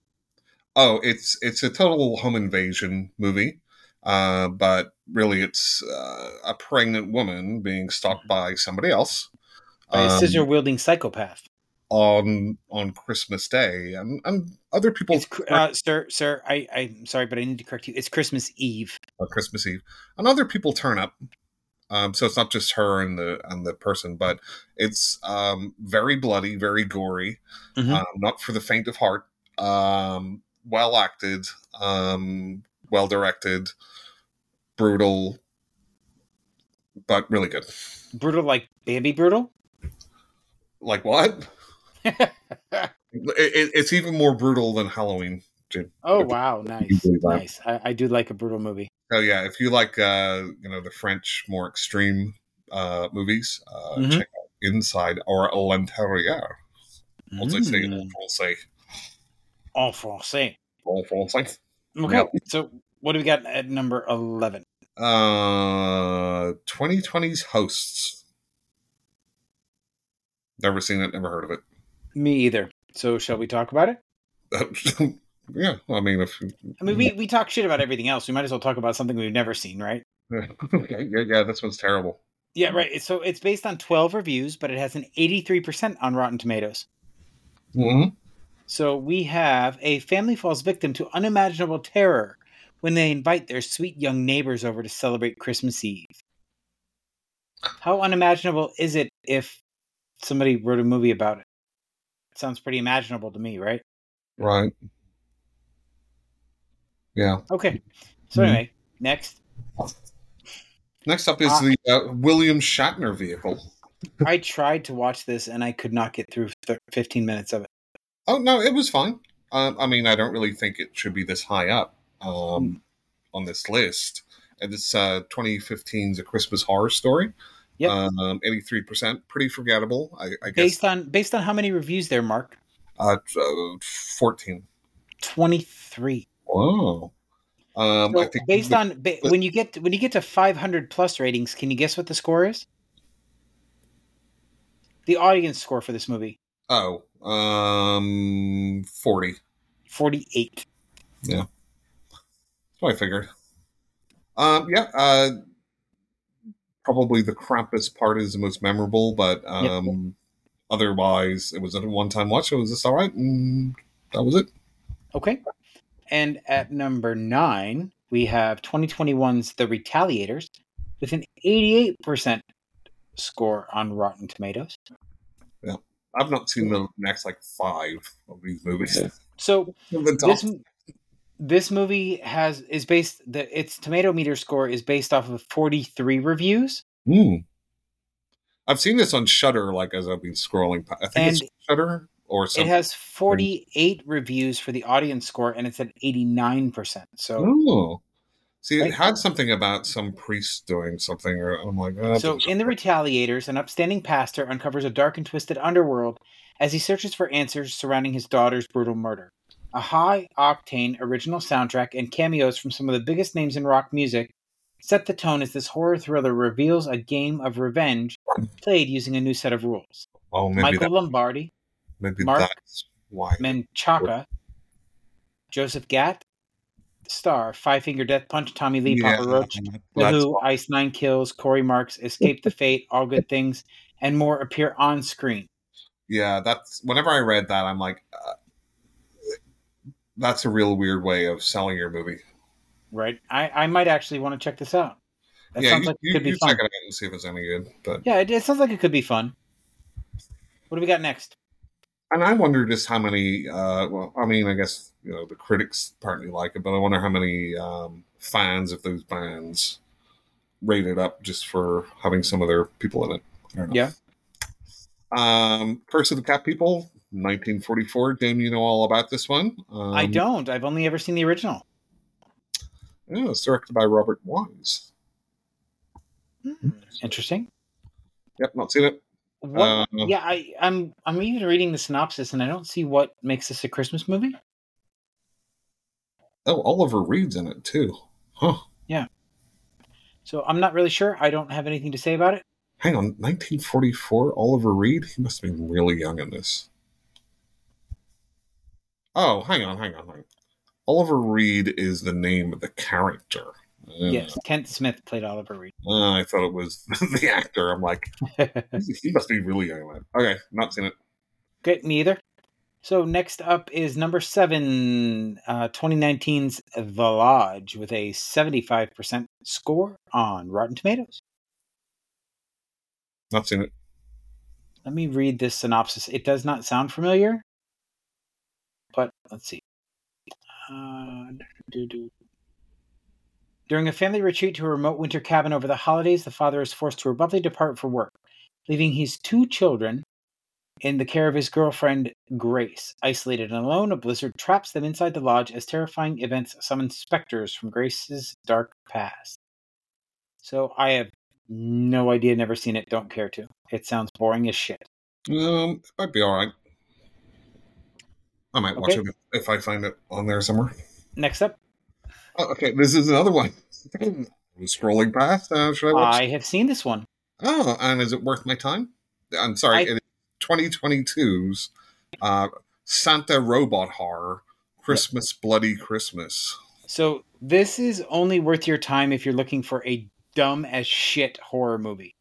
B: Oh, it's it's a total home invasion movie, uh, but really it's uh, a pregnant woman being stalked by somebody else
A: Mm-hmm. By a
B: um,
A: scissor wielding psychopath.
B: on on Christmas Day and, and other people
A: It's cr- uh, sir, sir. I I'm sorry, but I need to correct you. It's Christmas Eve.
B: on Christmas Eve, and other people turn up. Um, so it's not just her and the and the person, but it's um, very bloody, very gory,
A: Mhm.
B: um, not for the faint of heart. Um, well acted, um, well directed, brutal, but really good.
A: Brutal like Bambi brutal.
B: Like what? it, it, it's even more brutal than Halloween.
A: Oh wow, nice,
B: believe that.
A: nice. I, I do like a brutal movie.
B: So yeah, if you like uh, you know the French more extreme uh, movies, uh,
A: Mhm.
B: check out Inside or L'Intérieur. As I say in
A: Mm.
B: Francais.
A: En français.
B: En français.
A: Okay,
B: Yep.
A: so what do we got at number eleven?
B: Uh, 2020's Hosts. Never seen it, never heard of
A: Me either. So shall we talk about it?
B: it. yeah, I mean, if
A: I mean, we, we talk shit about everything else. We might as well talk about something we've never seen, right?
B: okay, yeah, yeah, this one's terrible.
A: Yeah, right. So it's based on 12 reviews, but it has an 83% on Rotten Tomatoes.
B: Mm-hmm.
A: So we have a family falls victim to unimaginable terror when they invite their sweet young neighbors over to celebrate Christmas Eve. How unimaginable is it if somebody wrote a movie about it? It sounds pretty imaginable to me, right?
B: Right. Yeah.
A: Okay. So
B: Mhm.
A: anyway, next.
B: Next up is
A: Ah.
B: the uh, William Shatner vehicle.
A: I tried to watch this and I could not get through thir 15 minutes of it.
B: Oh no, it was fine. Um, I mean, I don't really think it should be this high up
A: Hmm.
B: um, on this list. And it's uh, 2015's A Christmas Horror Story.
A: Yep.
B: Um, 83%, pretty forgettable. I, I guess
A: Based on based on how many reviews there, Mark?
B: uh, t- uh, 14.
A: 23.
B: Wow. Um, I
A: So
B: think
A: based on ba-
B: but-
A: when you get to, when you get to 500 plus ratings, can you guess what the score is? The audience score for this movie,
B: Oh, um, 40. That's
A: 48.
B: what I figured. Um, yeah. Uh, probably the crappiest part is the most memorable, but um, otherwise, it was a one time watch. It was just all right. And that was it.
A: Okay. And at number 9, we have 2021's The Retaliators with an 88% score on Rotten Tomatoes.
B: I've not seen the next like five of these movies.
A: So
B: The top-
A: this this movie has is based the its tomato meter score is based off of 43 reviews
B: Hmm. I've seen this on Shutter, like as I've been scrolling. pa- I think it's
A: And
B: Shutter or
A: it
B: something.
A: has 48 reviews for the audience score and it's at 89% so
B: oh, see,
A: Right.
B: it had something about some priest doing something, or I'm like, oh,
A: so in the retaliators an upstanding pastor uncovers a dark and twisted underworld as he searches for answers surrounding his daughter's brutal murder a high octane original soundtrack and cameos from some of the biggest names in rock music set the tone as this horror thriller reveals a game of revenge played using a new set of rules
B: oh, Hmm. maybe
A: Michael
B: that,
A: Lombardi,
B: maybe
A: Mark
B: that's why.
A: Menchaca, Joseph Gatt, Star, Five Finger Death Punch, Tommy Lee, Papa Roach, The
B: that's
A: Who,
B: why.
A: Ice Nine Kills, Corey Marks, Escape the Fate, All Good Things, and more appear on screen.
B: yeah that's whenever i read that i'm like uh, that's a real weird way of selling your movie
A: Right? I, I might actually want to check this out. That
B: yeah
A: sounds
B: you,
A: like it
B: you,
A: could be
B: you check
A: fun.
B: it out and see if it's any good but
A: Yeah, it, it sounds like it could be fun. What do we got next?
B: and i wonder just how many uh well i mean i guess you know the critics partly like it but i wonder how many um fans of those bands rate it up just for having some of their people in it I don't know.
A: Yeah.
B: um curse of the cat people 1944 Dame, you know all about this one um,
A: I don't. I've only ever seen the original.
B: yeah, it's directed by robert wise
A: Hmm, Interesting.
B: yep not seen it
A: What?
B: Uh,
A: yeah, I, I'm. I'm even reading the synopsis, and I don't see what makes this a Christmas movie.
B: Oh, Oliver Reed's in it too. Huh.
A: So I'm not really sure. I don't have anything to say about it.
B: Hang on, 1944. Oliver Reed. He must have been really young in this. Oh, hang on, hang on, hang. Oliver Reed is the name of the character. Uh,
A: Yes, Kent Smith played Oliver Reed.
B: uh, I thought it was the actor. I'm like, he must be really young. Man. Okay, not seen it.
A: Good, me either. So next up is number seven, uh, 2019's The Lodge with a 75% score on Rotten Tomatoes.
B: Not seen it.
A: Let me read this synopsis. It does not sound familiar, but let's see. Uh, doo-doo. During a family retreat to a remote winter cabin over the holidays, the father is forced to abruptly depart for work, leaving his two children in the care of his girlfriend, Grace. Isolated and alone, a blizzard traps them inside the lodge as terrifying events summon specters from Grace's dark past. So I have no idea, never seen it, don't care to. It sounds boring as shit.
B: Um, it might be all right. I might watch
A: Okay.
B: it if I find it on there somewhere.
A: Next up,
B: Oh, okay, this is another one. I'm scrolling past. Uh, should I watch?
A: I have seen this one.
B: Oh, and is it worth my time? I'm sorry.
A: I-
B: it is 2022's uh, Santa Robot Horror Christmas Bloody Christmas.
A: So this is only worth your time if you're looking for a dumb as shit horror movie.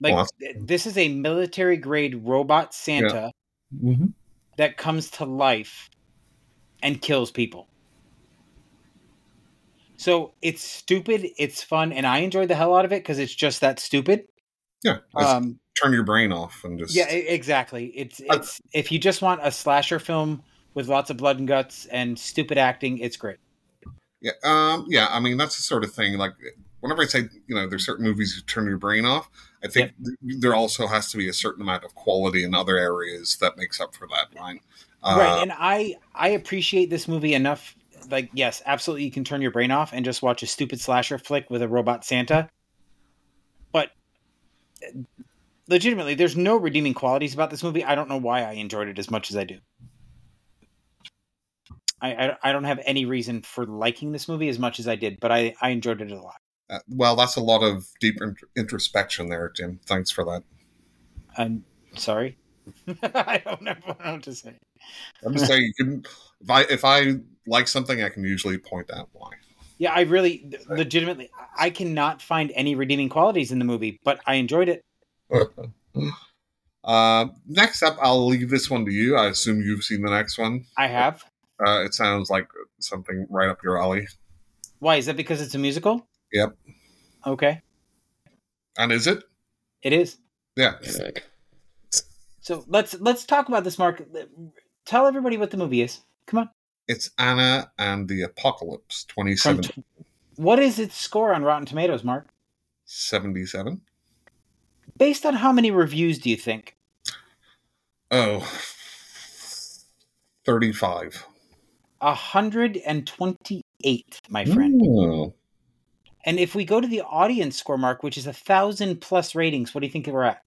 A: Like
B: Well,
A: th- this is a military grade robot Santa
B: Mm-hmm.
A: that comes to life and kills people. So it's stupid, it's fun, and I enjoy the hell out of it because it's just that stupid.
B: Yeah. just
A: Um,
B: turn your brain off and just.
A: Yeah, e- exactly. It's it's if you just want a slasher film with lots of blood and guts and stupid acting, it's great.
B: Yeah, um, yeah. I mean, that's the sort of thing. Like, whenever I say, you know, there's certain movies you turn your brain off. I think th- there also has to be a certain amount of quality in other areas that makes up for that line. Uh,
A: right, and I I appreciate this movie enough. Like, yes, absolutely, you can turn your brain off and just watch a stupid slasher flick with a robot Santa. But uh, legitimately, there's no redeeming qualities about this movie. I don't know why I enjoyed it as much as I do. I, I, I don't have any reason for liking this movie as much as I did, but I, I enjoyed it a lot.
B: uh, well, that's a lot of deep int- introspection there, Jim. Thanks for that.
A: I'm sorry. I don't know what to say.
B: I'm just saying, you can, if I if I like something, I can usually point out why.
A: Yeah, I really, legitimately, I cannot find any redeeming qualities in the movie, but I enjoyed it.
B: Uh, next up, I'll leave this one to you. I assume you've seen the next one.
A: I have.
B: Uh, it sounds like something right up your alley.
A: Why is that? Because it's a musical.
B: Yep.
A: Okay,
B: And is it?
A: it is.
B: Yeah.
A: So let's let's talk about this, Mark. Tell everybody what the movie is. Come on.
B: It's Anna and the Apocalypse
A: From
B: 2777.
A: t- what is its score on Rotten Tomatoes, Mark? Based on how many reviews do you think?
B: Oh, 35.
A: hundred and twenty-eight, my friend.
B: Ooh.
A: And if we go to the audience score, Mark, which is a thousand plus ratings, what do you think we're at?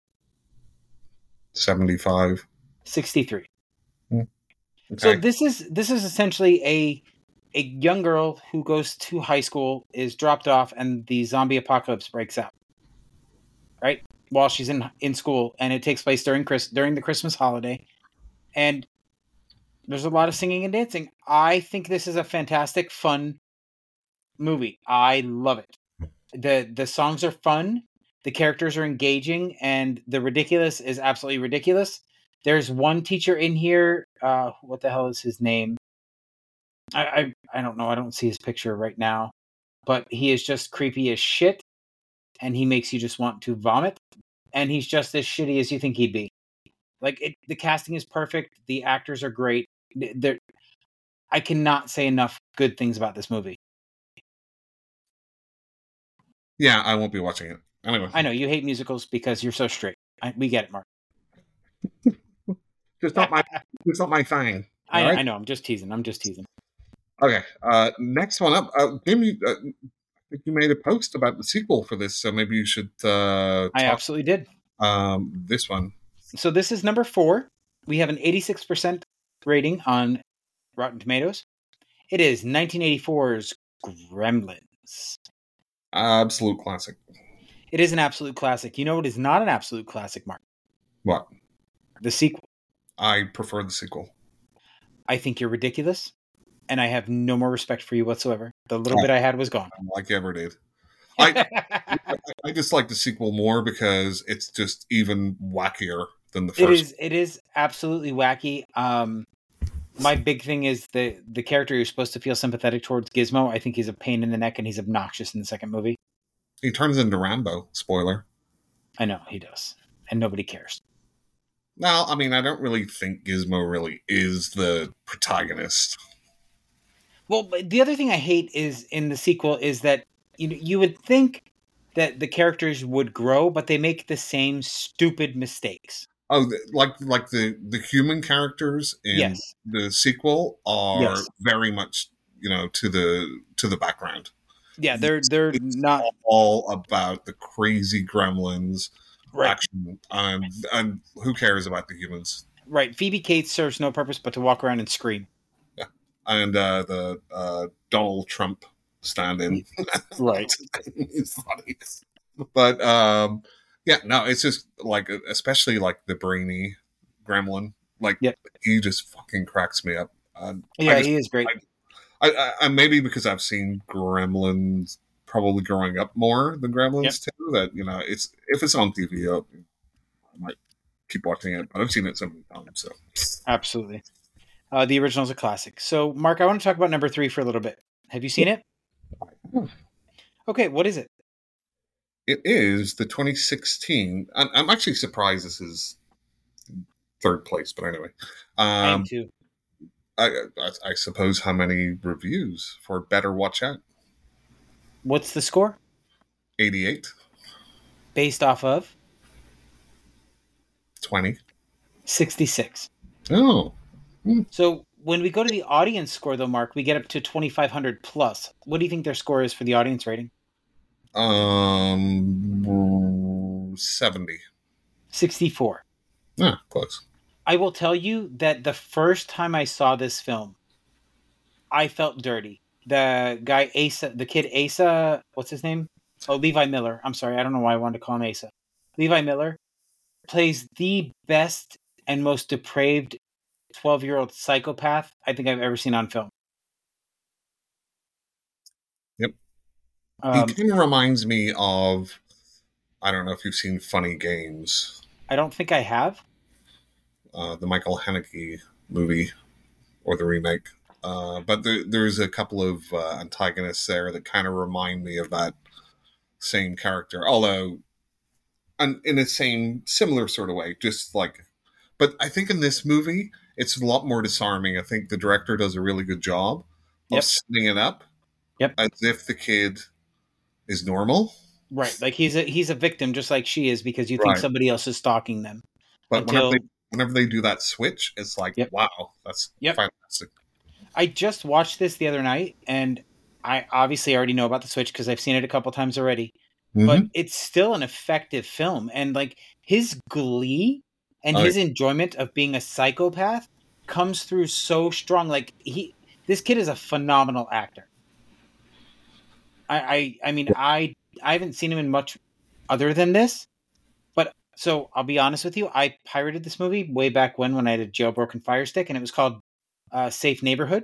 B: 75.
A: 63 so
B: Okay.
A: this is this is essentially a a young girl who goes to high school is dropped off and the zombie apocalypse breaks out right while she's in in school and it takes place during chris during the christmas holiday and there's a lot of singing and dancing i think this is a fantastic fun movie i love it the the songs are fun the characters are engaging and the ridiculous is absolutely ridiculous there's one teacher in here uh what the hell is his name I, I i don't know i don't see his picture right now but he is just creepy as shit and he makes you just want to vomit and he's just as shitty as you think he'd be like it, the casting is perfect the actors are great Th- there i cannot say enough good things about this movie
B: yeah, I won't be watching it. Anyway,
A: i know you hate musicals because you're so straight I, we get it mark
B: just not my, just not my thing.
A: I,
B: All right.
A: I know i'm just teasing i'm just teasing
B: Okay. Uh, next one up, uh, Jim. You, uh, I think you made a post about the sequel for this, so maybe you should uh,
A: i
B: talk
A: absolutely did
B: um, this one.
A: so this is number four. We have an 86% rating on Rotten Tomatoes. It is 1984's Gremlins.
B: Absolute classic.
A: It is an absolute classic. You know it is not an absolute classic, Mark?
B: What?
A: The sequel.
B: I prefer the sequel.
A: I think you're ridiculous. and I have no more respect for you whatsoever. The little bit I had was gone.
B: like ever did. I, I just like the sequel more because it's just even wackier than the
A: it
B: first.
A: is it is absolutely wacky. Um my big thing is the the character you're supposed to feel sympathetic towards Gizmo. I think he's a pain in the neck and he's obnoxious in the second movie.
B: He turns into Rambo. Spoiler.
A: I know he does, and nobody cares.
B: No, I mean I don't really think Gizmo really is the protagonist.
A: Well, but the other thing I hate is in the sequel is that you you would think that the characters would grow, but they make the same stupid mistakes.
B: Oh, th- like like the the human characters in
A: yes,
B: the sequel are
A: Yes.
B: very much you know to the to the background.
A: yeah, they're they're
B: It's
A: not
B: all about the crazy gremlins
A: right.
B: action. Um, and who cares about the humans?
A: Right, Phoebe Cates serves no purpose but to walk around and scream.
B: And uh, the uh, Donald Trump stand-in.
A: Right,
B: It's funny. But um, yeah, no, it's just like especially like the brainy gremlin. Like
A: Yep.
B: he just fucking cracks me up. Um,
A: yeah,
B: just-
A: he is great.
B: I, I, I maybe because I've seen Gremlins probably growing up more than Gremlins too. That you know, it's if it's on TV, I'll, I might keep watching it. But I've seen it so many times, so
A: Absolutely, uh, the original's a classic. So, Mark, I want to talk about number three for a little bit. Have you seen it? Okay, what is it?
B: it is the 2016. I'm, I'm actually surprised this is third place, but anyway,
A: I am
B: um,
A: too.
B: I, I, I suppose how many reviews for Better Watch Out?
A: What's the score
B: 88,
A: based off of?
B: 20.
A: 66.
B: Oh,
A: So when we go to the audience score, though, Mark, we get up to 2,500 plus. What do you think their score is for the audience rating?
B: um, 70.
A: 64.
B: Yeah, close.
A: I will tell you that the first time I saw this film, I felt dirty. The guy Asa, the kid Asa, what's his name? Oh, Levi Miller. I'm sorry, I don't know why I wanted to call him Asa. Levi Miller plays the best and most depraved 12 year old psychopath I think I've ever seen on film.
B: Yep.
A: Um,
B: he kind of reminds me of I don't know if you've seen Funny Games,
A: I don't think I have.
B: uh, the Michael Haneke movie or the remake. Uh, but there, there's a couple of uh, antagonists there that kind of remind me of that same character, although and in the same similar sort of way, just like. But I think in this movie, it's a lot more disarming. I think the director does a really good job
A: Yep.
B: of setting it up
A: Yep.
B: as if the kid is normal.
A: Right. Like he's a he's a victim just like she is because you think
B: Right.
A: somebody else is stalking them.
B: But
A: Until-
B: whenever, they, whenever they do that switch, it's like,
A: Yep.
B: wow, that's
A: Yep.
B: fantastic.
A: I just watched this the other night, and I obviously already know about the Switch because I've seen it a couple times already. But it's still an effective film, and like his glee and
B: Oh,
A: his enjoyment of being a psychopath comes through so strong. Like he, this kid is a phenomenal actor. I, I, I mean, I, I haven't seen him in much other than this. But so I'll be honest with you, I pirated this movie way back when when I had a jailbroken Fire Stick, and it was called uh, Safe Neighborhood.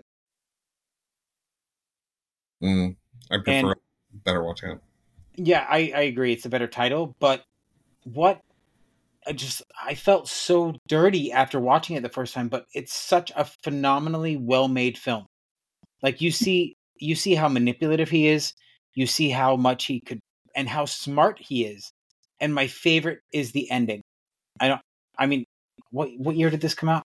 B: Mm. I prefer
A: And-
B: Better Watch Out.
A: Yeah, I, I agree. It's a better title, but what I just I felt so dirty after watching it the first time, but it's such a phenomenally well made film. Like you see you see how manipulative he is, you see how much he could and how smart he is. And my favorite is the ending. I don't I mean what what year did this come out?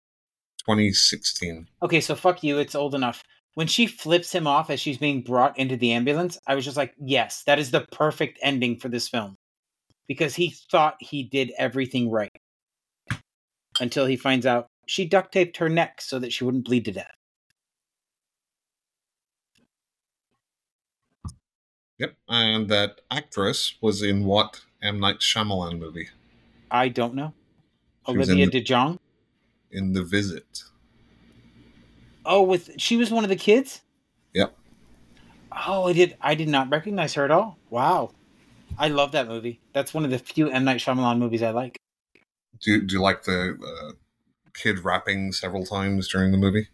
B: 2016.
A: Okay, so fuck you, it's old enough. When she flips him off as she's being brought into the ambulance, I was just like, yes, that is the perfect ending for this film. Because he thought he did everything right. Until he finds out she duct taped her neck so that she wouldn't bleed to death.
B: Yep. And that actress was in what M. Night Shyamalan movie?
A: I don't know.
B: She was in
A: Olivia
B: the-
A: De Jong?
B: In The Visit.
A: Oh, with she was one of the kids?
B: Yep.
A: Oh, I did I did not recognize her at all. Wow. I love that movie. That's one of the few M Night Shyamalan movies I like.
B: Do you, do you like the uh, kid rapping several times during the movie?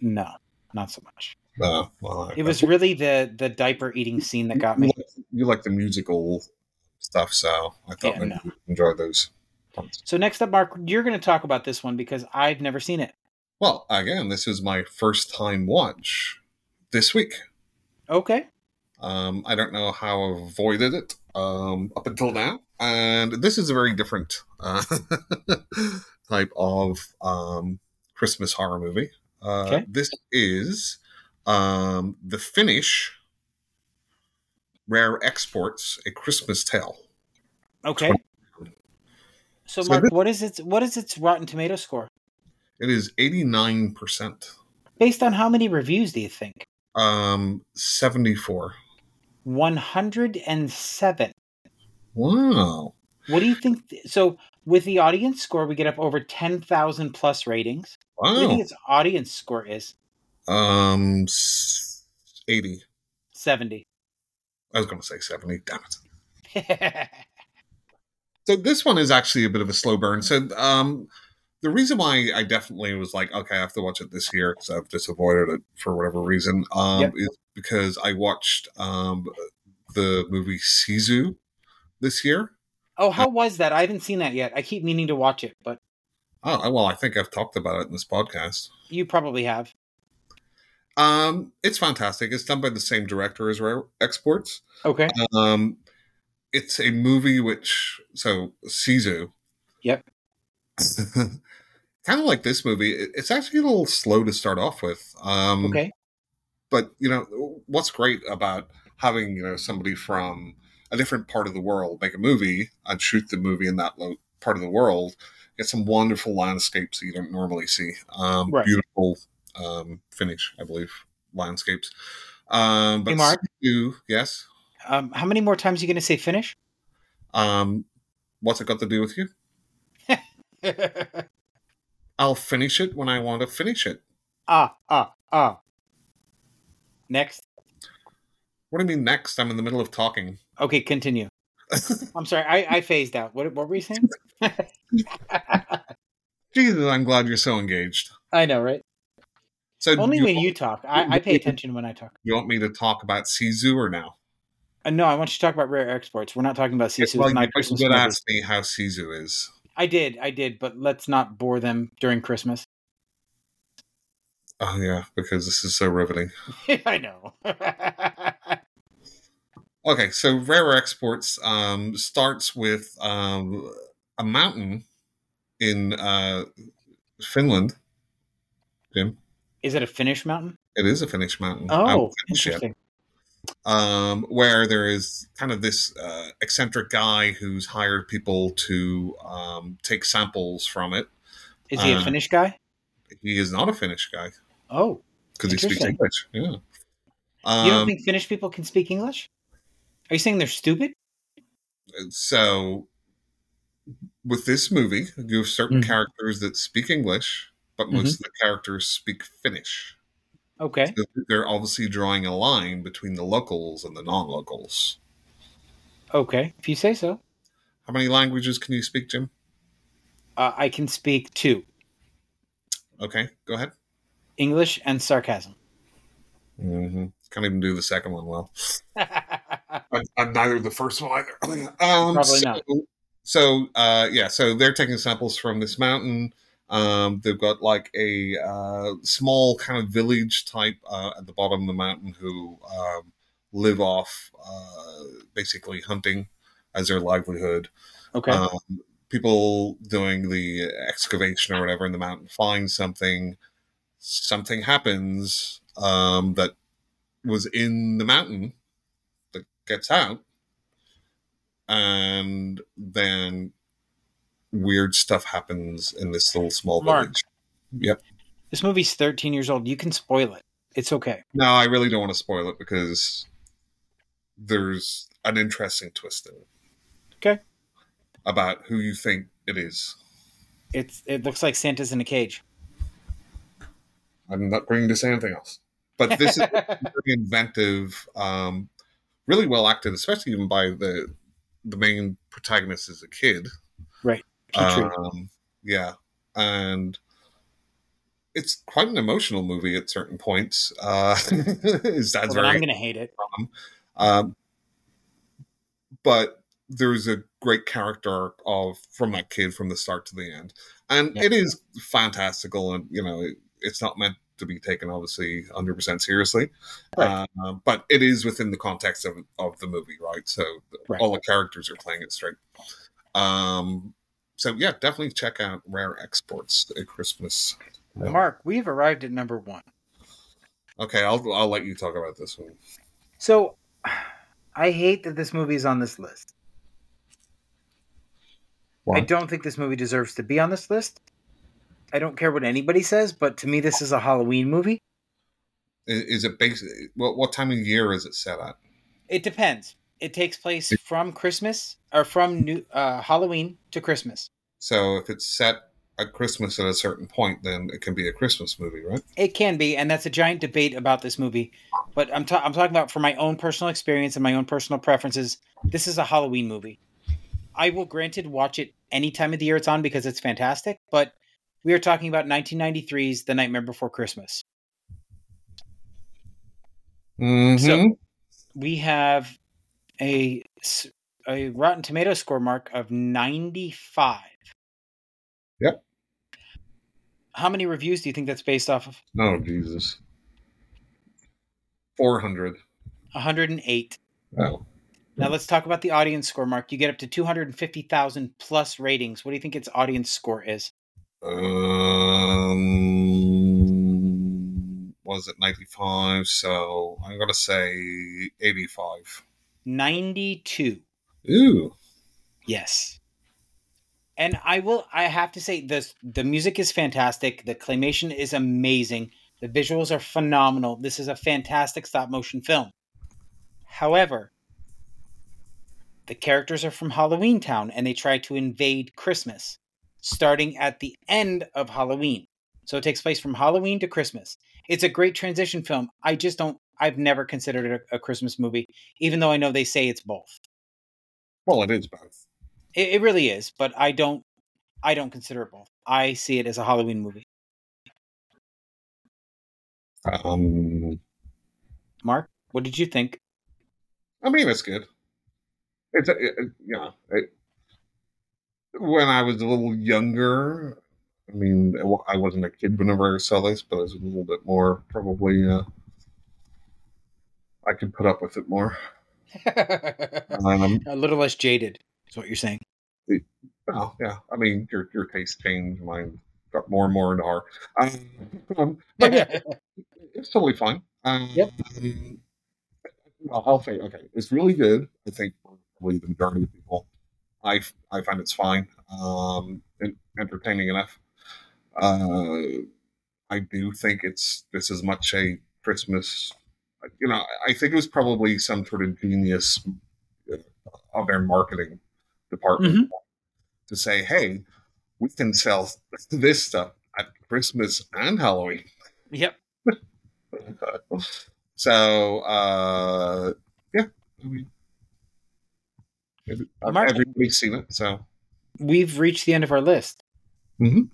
A: No, not so much.
B: Uh, well, I-
A: It was really the the diaper eating scene that got
B: you
A: me.
B: like, you like the musical stuff, so I thought
A: Yeah,
B: maybe
A: no.
B: you'd enjoy those.
A: So next up, Mark, you're going to talk about this one because I've never seen it.
B: Well, again, this is my first time watch this week.
A: Okay.
B: Um, I don't know how I avoided it um, up until now, and this is a very different uh, type of um, Christmas horror movie. Uh,
A: Okay.
B: This is um, the Finnish rare exports, a Christmas tale.
A: Okay. So
B: So
A: Mark,
B: this-
A: what is its what is its Rotten Tomato score?
B: It is eighty nine percent.
A: Based on how many reviews do you think?
B: Um, seventy four.
A: 107.
B: Wow.
A: What do you think th- so with the audience score we get up over 10,000 plus ratings. What do you
B: Wow.
A: think its audience score is?
B: Um, s- eighty.
A: 70.
B: I was going to say seventy. Damn it. So this one is actually a bit of a slow burn. So um, the reason why I definitely was like, okay, I have to watch it this year because I've just avoided it for whatever reason, um,
A: Yep.
B: is because I watched um, the movie Sisu this year.
A: oh, how was that? I haven't seen that yet. I keep meaning to watch it, but
B: Oh well, I think I've talked about it in this podcast.
A: you probably have.
B: Um, it's fantastic. It's done by the same director as Rare Exports.
A: Okay.
B: Um, it's a movie which so Sisu.
A: Yep.
B: kind of like this movie. it- It's actually a little slow to start off with. Um,
A: Okay.
B: But you know what's great about having you know somebody from a different part of the world make a movie and shoot the movie in that lo- part of the world. Get some wonderful landscapes that you don't normally see. Um,
A: Right.
B: Beautiful um, finish, I believe. Landscapes. Um, but
A: Hey, Mark.
B: Sisu, yes.
A: Um, how many more times are you going to say finish?
B: Um, what's it got to do with you? I'll finish it when I want to finish it.
A: ah, ah, ah. Next.
B: What do you mean next? I'm in the middle of talking.
A: Okay, continue. I'm sorry, I, I phased out. What, what were you saying?
B: Jesus, I'm glad you're so engaged.
A: I know, right?
B: So
A: Only
B: do you,
A: when you talk. I, I pay attention when I talk.
B: you want me to talk about Sisu or now?
A: Uh, no, I want you to talk about rare exports. We're not talking about CSU.
B: Well,
A: it's not
B: you
A: a Christmas
B: did
A: movie.
B: ask me how Sisu is.
A: I did, I did, but let's not bore them during Christmas.
B: Oh yeah, because this is so riveting.
A: I know.
B: Okay, so Rare Exports um, starts with um, a mountain in uh, Finland. Jim,
A: Is it a Finnish mountain?
B: it is a Finnish mountain. I
A: Oh,
B: would finish it.
A: interesting.
B: um, where there is kind of this uh, eccentric guy who's hired people to um, take samples from it.
A: Is he a
B: Uh,
A: Finnish guy?
B: He is not a Finnish guy
A: Oh,
B: because he speaks
A: Interesting.
B: English. Yeah.
A: you don't
B: Um,
A: think Finnish people can speak English? Are you saying they're stupid?
B: so, with this movie, you have certain
A: Mhm.
B: characters that speak English, but most of the characters speak Finnish.
A: Mm-hmm. Okay.
B: They're obviously drawing a line between the locals and the non locals.
A: Okay. If you say so.
B: How many languages can you speak, Jim?
A: Uh, I can speak two
B: Okay, go ahead.
A: English and sarcasm.
B: hmm Can't even do the second one well. and, and neither the first one either. um,
A: Probably
B: so,
A: not.
B: So uh, yeah, so they're taking samples from this mountain. Um, they've got like a uh, small kind of village type uh, at the bottom of the mountain who um, live off uh, basically hunting as their livelihood.
A: okay.
B: Um, people doing the excavation or whatever in the mountain find something. Something happens um, that was in the mountain that gets out, and then weird stuff happens in this little small
A: Mark.
B: village. Yep.
A: This movie's 13 years old. You can spoil it. It's okay.
B: No, I really don't want to spoil it because there's an interesting twist in it.
A: Okay.
B: About who you think it is.
A: It's it looks like Santa's in a cage.
B: I'm not going to say anything else. But this is uh, very inventive, um, really well acted, especially even by the the main protagonist is a kid.
A: Petrie.
B: Um, yeah, and it's quite an emotional movie at certain points. Uh, his dad's
A: Well, then I'm
B: very
A: going to hate it.
B: um, but there's a great character arc of from that kid from the start to the end, and
A: Yeah.
B: it is fantastical. And you know, it, it's not meant to be taken obviously 100 percent seriously,
A: Right.
B: Uh, but it is within the context of of the movie, right? So
A: Right.
B: all the characters are playing it straight. Um, so yeah, definitely check out Rare Exports at Christmas.
A: Mark, we've arrived at number one.
B: Okay, I'll I'll let you talk about this one.
A: So I hate that this movie is on this list.
B: Why?
A: I don't think this movie deserves to be on this list. I don't care what anybody says, but to me, this is a Halloween movie.
B: Is, is it based? What what time of year is it set at?
A: It depends. It takes place from Christmas or from new, uh, Halloween to Christmas.
B: So if it's set at Christmas at a certain point, then it can be a Christmas movie, right?
A: It can be, and that's a giant debate about this movie. But I'm, ta- I'm talking about from my own personal experience and my own personal preferences. This is a Halloween movie. I will, granted, watch it any time of the year it's on because it's fantastic. But we are talking about 1993's The Nightmare Before Christmas.
B: So,
A: We have a s- a Rotten Tomato score mark of 95.
B: Yep.
A: How many reviews do you think that's based off of?
B: oh Jesus, four hundred.
A: 108.
B: Oh,
A: Now let's talk about the audience score, Mark. You get up to 250,000 plus ratings. What do you think its audience score is?
B: um, was it ninety five? So I'm gonna say eighty five.
A: 92.
B: Ooh,
A: Yes. And I will I have to say this the music is fantastic, the claymation is amazing, the visuals are phenomenal. This is a fantastic stop motion film. However, the characters are from Halloween Town and they try to invade Christmas starting at the end of Halloween. So it takes place from Halloween to Christmas. It's a great transition film. I just don't I've never considered it a, a Christmas movie even though I know they say it's both.
B: well, it is both.
A: It, it really is, but I don't I don't consider it both. I see it as a Halloween movie.
B: Um,
A: Mark, what did you think?
B: I mean, it's good. It's uh, a, it, it- yeah. It, when I was a little younger, I mean, I wa- I wasn't a kid whenever I saw this, but I was a little bit more probably. Uh, I could put up with it more.
A: a
B: Um,
A: little less jaded, is what you're saying.
B: oh yeah, I mean, your your taste changed. Mine got more and more into Um, um, but yeah, it's totally fine. Um,
A: Yep.
B: Well, I'll say okay. It's really good. I think for probably the majority of people, I I find it's fine. Um, and entertaining enough. Uh, I do think it's this is much a Christmas. You know, I- I think it was probably some sort of genius uh, of their marketing department to say, "Hey, we can sell this stuff at Christmas and Halloween."
A: Yep.
B: so uh yeah I mean, every-
A: Mark-
B: everybody's seen it so
A: We've reached the end of our list.
B: Mhm.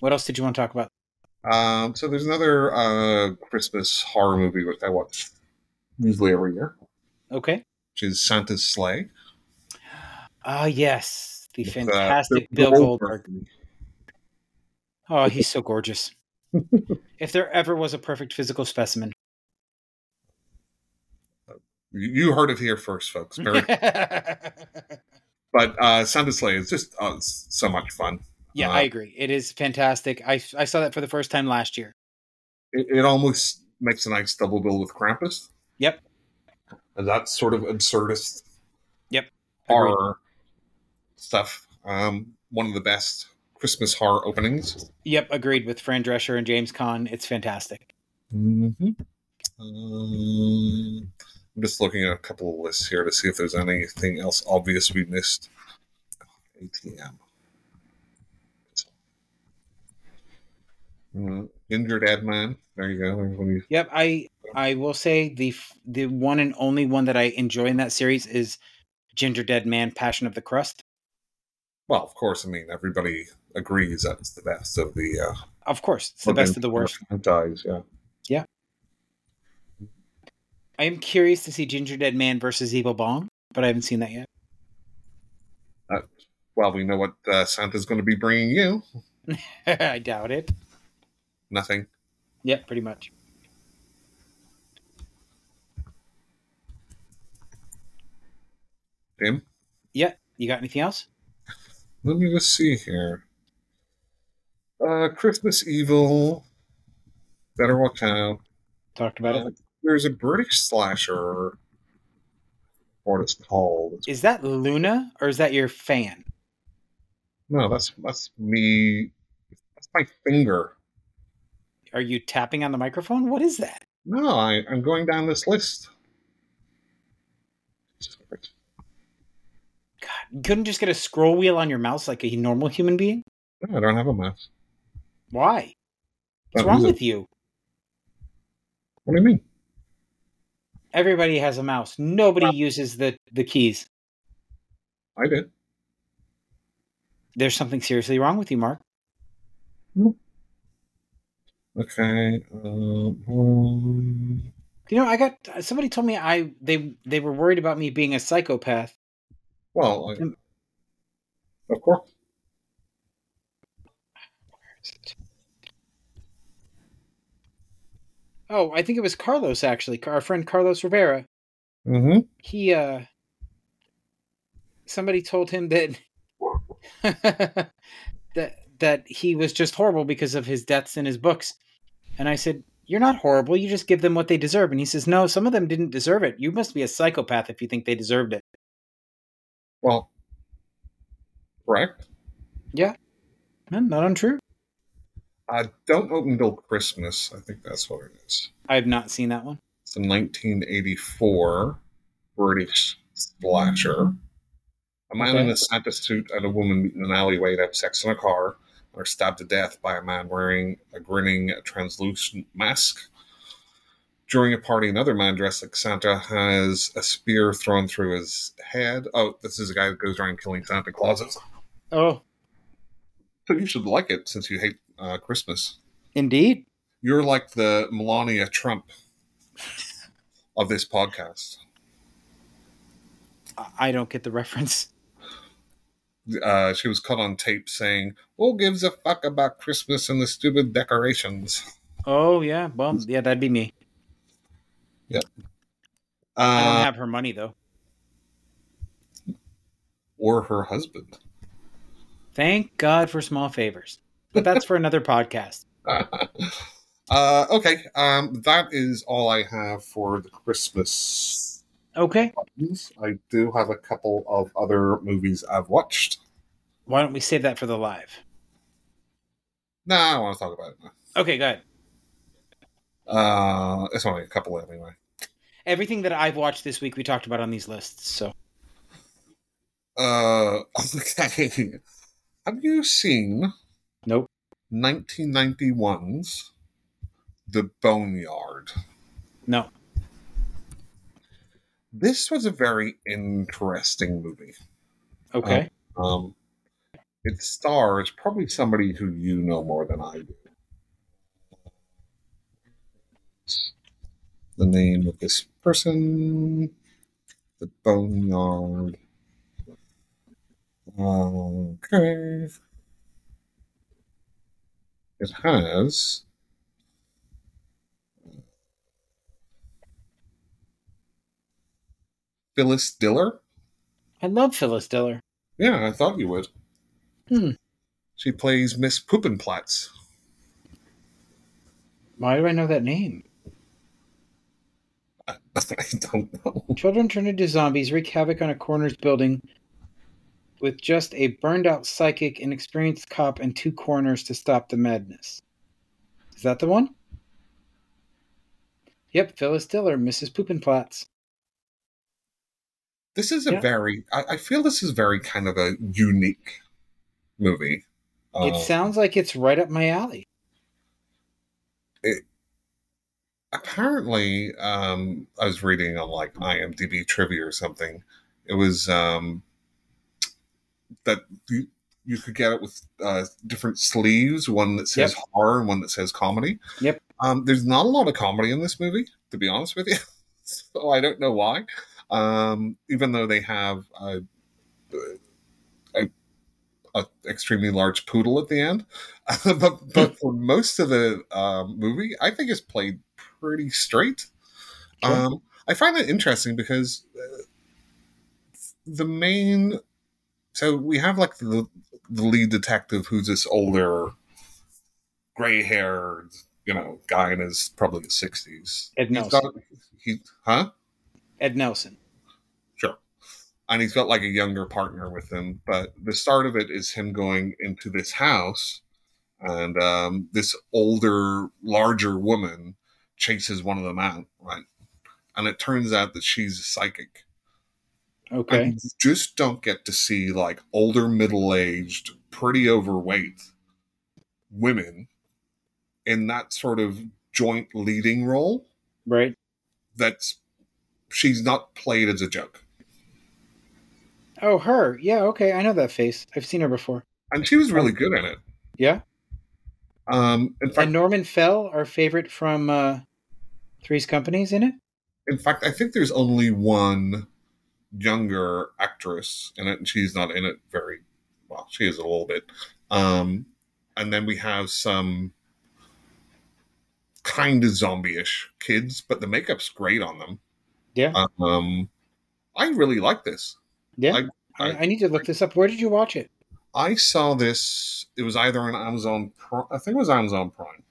A: What else did you want to talk about?
B: um so there's another uh christmas horror movie which i watch usually every year
A: Okay.
B: which is santa's sleigh
A: Ah, yes. The
B: With, uh,
A: fantastic Bill Goldberg. Oh, he's so gorgeous. if there ever was a perfect physical specimen.
B: You- you heard it here first folks Merry- but uh santa's sleigh is just uh, it's so much fun
A: yeah,
B: Uh,
A: I agree. It is fantastic. I, I saw that for the first time last year.
B: it, it almost makes a nice double bill with krampus
A: Yep.
B: and that's sort of absurdist
A: Agreed.
B: horror stuff. Um, one of the best Christmas horror openings.
A: Yep, agreed with Fran Drescher and James Caan. It's fantastic.
B: Mm-hmm. Um, I'm just looking at a couple of lists here to see if there's anything else obvious we missed. ATM. Mm, Injured Ed Man. There you go. There's one you-
A: Yep, I I will say the f- the one and only one that I enjoy in that series is Ginger Dead Man: Passion of the Crust.
B: Well, of course. I mean, everybody agrees that it's the best of the uh,
A: Of course, it's the
B: Logan
A: best of the worst.
B: franchise. Yeah,
A: I am curious to see Ginger Dead Man versus Evil Bong, but I haven't seen that yet.
B: well, we know what uh, Santa's going to be bringing you.
A: I doubt it.
B: Nothing.
A: Yeah, pretty much.
B: Him.
A: Yeah, you got anything else?
B: Let me just see here. Uh, Christmas Evil. Better watch out.
A: Talked about
B: Uh,
A: it.
B: There's a British slasher. What it's called?
A: Is that Luna or is that your fan?
B: No, that's that's me. That's my finger.
A: Are you tapping on the microphone? What is that?
B: No, I, I'm going down this list.
A: God, you couldn't just get a scroll wheel on your mouse like a normal human being?
B: No, I don't have a mouse.
A: Why? What's
B: Don't
A: wrong
B: use it.
A: with you?
B: What do you mean?
A: Everybody has a mouse. Nobody uses the, the keys.
B: I did.
A: There's something seriously wrong with you, Mark.
B: Okay. Um, um,
A: You know, I got uh, somebody told me I they they were worried about me being a psychopath.
B: well, I,
A: Um,
B: of course.
A: Oh, I think it was Carlos actually, our friend Carlos Rivera.
B: Mm-hmm.
A: he uh somebody told him that that that he was just horrible because of his deaths in his books and i said you're not horrible you just give them what they deserve and he says no some of them didn't deserve it you must be a psychopath if you think they deserved it
B: Well, correct.
A: Eh, not untrue
B: Uh, don't open till Christmas. I think that's what it is.
A: i have not seen that one
B: It's a 1984 British slasher. A man
A: Okay.
B: in a Santa suit and a woman meet in an alleyway to have sex in a car and are stabbed to death by a man wearing a grinning translucent mask. During a party, another man dressed like Santa has a spear thrown through his head. Oh, this is a guy that goes around killing Santa Clauses.
A: oh
B: So you should like it since you hate uh, Christmas.
A: indeed
B: You're like the Melania Trump of this podcast.
A: I- i don't get the reference
B: uh, she was caught on tape saying, "Who gives a fuck about Christmas and the stupid decorations?"
A: oh yeah well yeah that'd be me i don't
B: Uh,
A: have her money though
B: or her husband.
A: thank god for small favors but that's for another podcast
B: uh, okay, um, that is all I have for the Christmas.
A: okay
B: ones. I do have a couple of other movies I've watched.
A: why don't we save that for the live
B: No, I don't want to talk about it. now.
A: Okay, good.
B: Uh, it's only a couple anyway.
A: Everything that I've watched this week, we talked about on these lists. So
B: Uh, okay. Have you seen?
A: Nope.
B: 1991's The Boneyard.
A: no,
B: This was a very interesting movie.
A: okay,
B: Um, it stars probably somebody who you know more than I do. The name of this person, the Boneyard. Okay. It has. uh, Phyllis Diller?
A: I love Phyllis Diller.
B: Yeah, I thought you would.
A: Hmm.
B: She plays Miss Poopenplatz.
A: Why do I know that name?
B: I don't know.
A: Children turn into zombies wreak havoc on a coroner's building, with just a burned-out psychic, an experienced cop, and two coroners to stop the madness. Is that the one? Yep, Phyllis Diller, Mrs. Poopinplatz.
B: This is a
A: Yeah.
B: very. I, I feel this is very kind of a unique movie. Uh,
A: it sounds like it's right up my alley.
B: apparently, um, I was reading on like IMDb trivia or something. It was um, that the, you could get it with uh, different sleeves, one that says
A: Yep.
B: horror and one that says comedy.
A: Yep.
B: Um, there's not a lot of comedy in this movie, to be honest with you. so I don't know why. Um, even though they have a, a, a extremely large poodle at the end, but,
A: Hmm.
B: but for most of the um movie, I think it's played pretty straight.
A: Sure.
B: Um, I find that interesting because uh, the main so we have like the, the lead detective who's this older gray haired you know guy in his probably his 60s
A: Ed
B: He's
A: Nelson.
B: got, he huh
A: Ed Nelson.
B: sure and he's got like a younger partner with him but the start of it is him going into this house and um, this older larger woman chases one of them out right and it turns out that she's a psychic
A: Okay.
B: and you just don't get to see like older, middle aged, pretty overweight women in that sort of joint leading role
A: right.
B: that's she's not played as a joke.
A: Oh, her. Yeah. Okay. I know that face. I've seen her before.
B: And she was really good at it.
A: Yeah.
B: Um in fact
A: And Norman Fell, our favorite from uh, Three's Companies, in it.
B: in fact I think there's only one younger actress in it and she's not in it very well, she is a little bit. Um and then we have some kind of zombie-ish kids, but the makeup's great on them.
A: Yeah.
B: Um, I really like this.
A: Yeah. I,
B: I-
A: I, need to look this up. Where did you watch it?
B: I saw this. It was either on Amazon. Pri- I think it was Amazon Prime.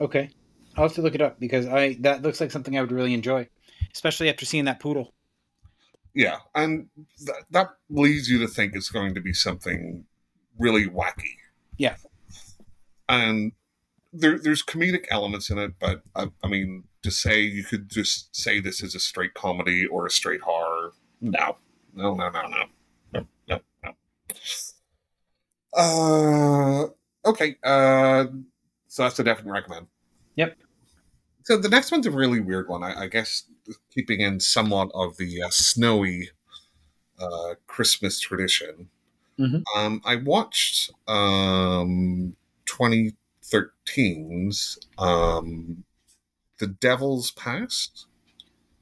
A: Okay. I'll have to look it up because I that looks like something I would really enjoy, especially after seeing that poodle.
B: Yeah, and th- that leads you to think it's going to be something really wacky.
A: Yeah.
B: And there, there's comedic elements in it, but I, I mean, to say you could just say this is a straight comedy or a straight horror, no, no, no, no, no, no, no. no. Uh, okay. Uh, so that's a definite recommend.
A: Yep.
B: So the next one's a really weird one, I, I guess, keeping in somewhat of the uh, snowy uh, Christmas tradition.
A: Mhm.
B: Um, I watched um, 2013's um, The Devil's Past,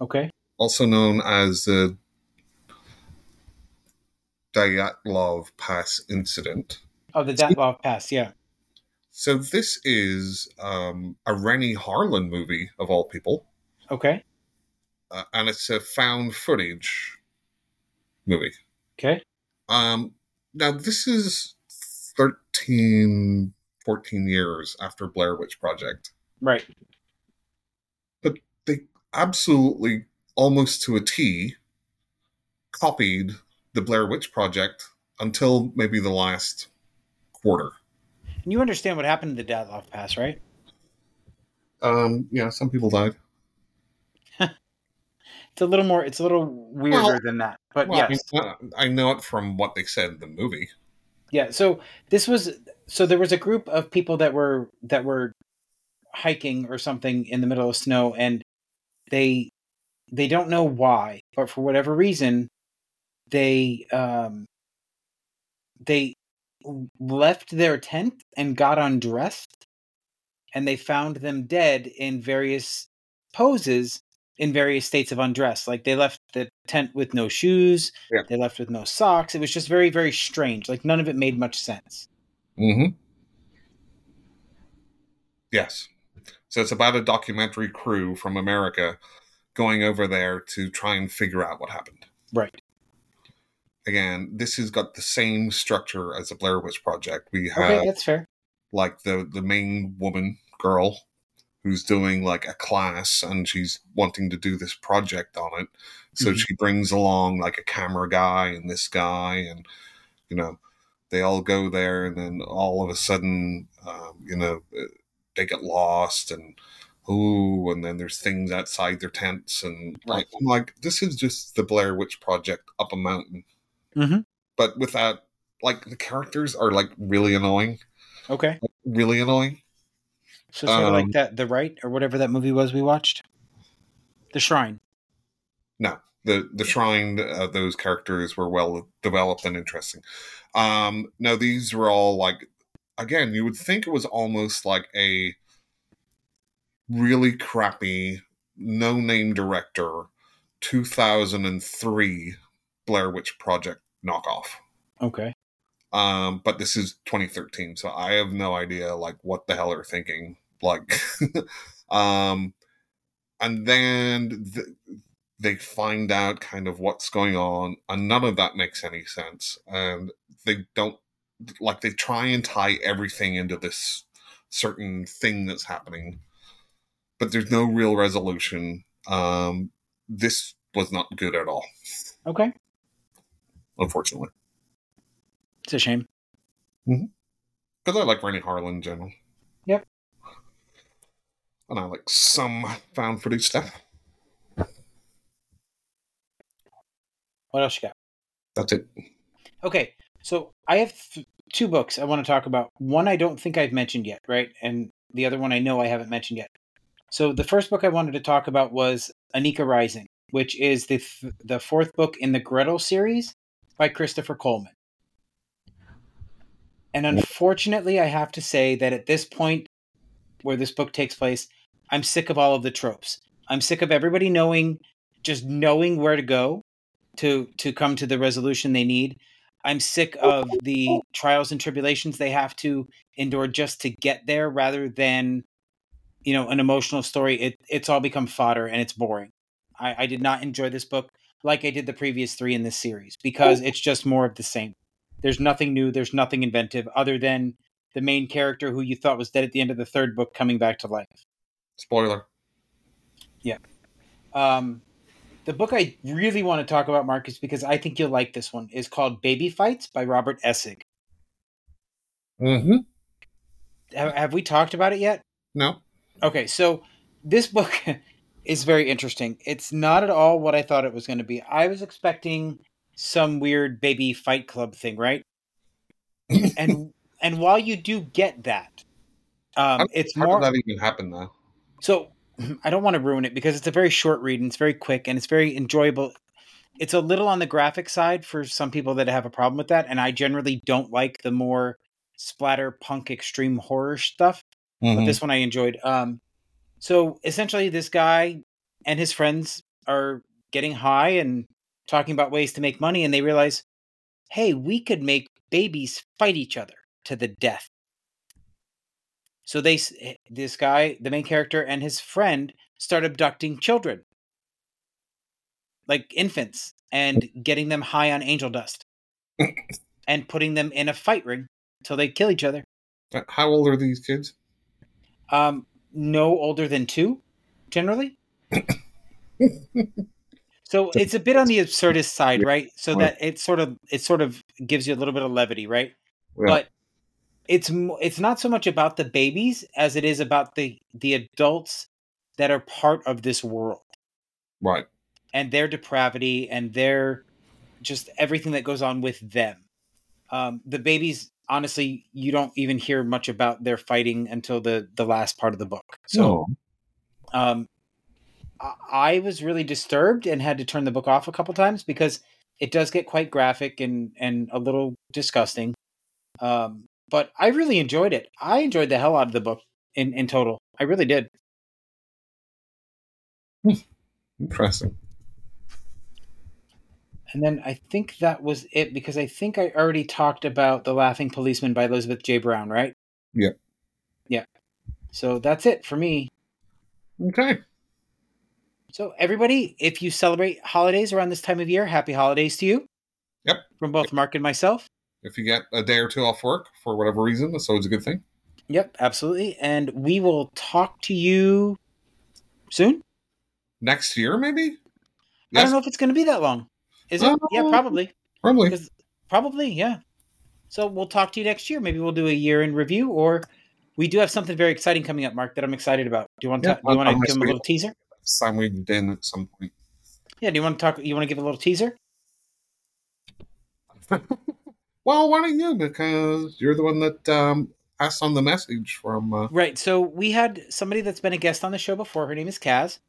A: Okay.
B: also known as the Dyatlov Pass incident.
A: Oh, the Datloff Pass. Yeah.
B: So this is um, a Rennie Harlan movie of all people,
A: Okay.
B: uh, and it's a found footage movie.
A: Okay.
B: Um, now, this is 13, 14 years after Blair Witch Project.
A: Right.
B: Absolutely, almost to a T, copied the Blair Witch Project until maybe the last quarter.
A: And you understand what happened to the Datloff Pass, right?
B: Um, yeah, some people died.
A: It's a little more. It's a little weirder
B: Well-
A: than that. But
B: Well, I
A: yes.
B: mean, I know it from what they said in the movie.
A: Yeah, so this was so there was a group of people that were that were hiking or something in the middle of snow and they they don't know why, but for whatever reason they um they left their tent and got undressed and they found them dead in various poses in various states of undress. Like they left the tent with no shoes, they left with no socks. It was just very, very strange. Like none of it made much sense.
B: Mm-hmm. Yes. So it's about a documentary crew from America going over there to try and figure out what happened.
A: Right.
B: Again, this has got the same structure as the Blair Witch Project. We have
A: Okay, that's fair.
B: like the the main woman girl who's doing like a class and she's wanting to do this project on it so
A: Mhm.
B: she brings along like a camera guy and this guy and you know they all go there and then all of a sudden um, you know uh, they get lost and ooh and then there's things outside their tents and like I'm like this is just the blair witch project up a mountain
A: Mhm.
B: but without like the characters are like really annoying
A: Okay.
B: really annoying
A: So sort of like
B: Um,
A: that, the right or whatever that movie was we watched, the Shrine.
B: No. the the shrine uh, those characters were well developed and interesting um now these were all like again you would think it was almost like a really crappy no name director 2003 blair witch project knockoff
A: Okay.
B: um but this is 2013 so i have no idea like what the hell they're thinking like um and then th- they find out kind of what's going on and none of that makes any sense and they don't like they try and tie everything into this certain thing that's happening but there's no real resolution um this was not good at all
A: Okay.
B: unfortunately
A: It's a shame.
B: because I like Rennie Harlan in general.
A: Yep.
B: And I like some found footage stuff.
A: What else you got?
B: That's it.
A: Okay. So I have th- two books I want to talk about. One I don't think I've mentioned yet, right? And the other one I know I haven't mentioned yet. So the first book I wanted to talk about was Anika Rising, which is the th- the fourth book in the Gretel series by Christopher Coleman. And unfortunately, I have to say that at this point where this book takes place, I'm sick of all of the tropes. I'm sick of everybody knowing just knowing where to go to to come to the resolution they need. I'm sick of the trials and tribulations they have to endure just to get there rather than you know an emotional story. It it's all become fodder and it's boring. I, I did not enjoy this book like I did the previous three in this series because it's just more of the same. There's nothing new, there's nothing inventive other than the main character who you thought was dead at the end of the third book coming back to life.
B: Spoiler.
A: Um, the book I really want to talk about, Marcus, because I think you'll like this one, is called Baby Fights by Robert Essig.
B: Mm-hmm.
A: Have, have we talked about it yet?
B: No.
A: Okay, so this book is very interesting. It's not at all what I thought it was going to be. I was expecting some weird baby fight club thing, right? and and while you do get that, um,
B: I'm-
A: it's
B: How
A: more
B: did that even happen though?
A: So I don't want to ruin it because it's a very short read and it's very quick and it's very enjoyable. It's a little on the graphic side for some people that have a problem with that, and I generally don't like the more splatter punk extreme horror stuff. But this one I enjoyed. Um, so essentially, this guy and his friends are getting high and talking about ways to make money, and they realize, hey, we could make babies fight each other to the death. So they, s- eh, this guy, the main character, and his friend start abducting children, like infants, and getting them high on angel dust, and putting them in a fight ring till they kill each other.
B: Uh, How old are these kids?
A: Um, no older than two, generally. so it's a bit on the absurdist side, right? So that it sort of it sort of gives you a little bit of levity, right?
B: Yeah.
A: But it's mo- it's not so much about the babies as it is about the the adults that are part of this world
B: Right.
A: and their depravity and their just everything that goes on with them. Um, the babies, honestly, you don't even hear much about their fighting until the the last part of the book. So
B: Oh,
A: um, I- I was really disturbed and had to turn the book off a couple times because it does get quite graphic and and a little disgusting. Um, but I really enjoyed it. I enjoyed the hell out of the book in in total. I really did.
B: Interesting.
A: And then I think that was it because I think I already talked about The Laughing Policeman by Elizabeth J. Brown, right?
B: Yeah.
A: Yeah. So that's it for me.
B: Okay.
A: So everybody, if you celebrate holidays around this time of year, happy holidays to you.
B: Yep.
A: From both Mark and myself.
B: If you get a day or two off work for whatever reason, that's always a good thing.
A: Yep, absolutely. And we will talk to you soon.
B: Next year, maybe?
A: I don't
B: Yes.
A: know if it's going to be that long. Is it? yeah,
B: Um,
A: probably.
B: Probably.
A: Because- Probably, yeah. So we'll talk to you next year. Maybe we'll do a year in review, or we do have something very exciting coming up, Mark, that I'm excited about. Do you want to?
B: Yeah,
A: do you want
B: I'm
A: to give him a
B: excited.
A: little teaser?
B: Sign we in at some point.
A: Yeah. Do you want to talk? You want to give a little teaser?
B: Well, why don't you? Because you're the one that um, passed on the message from. Uh,
A: Right. So we had somebody that's been a guest on the show before. Her name is Kaz.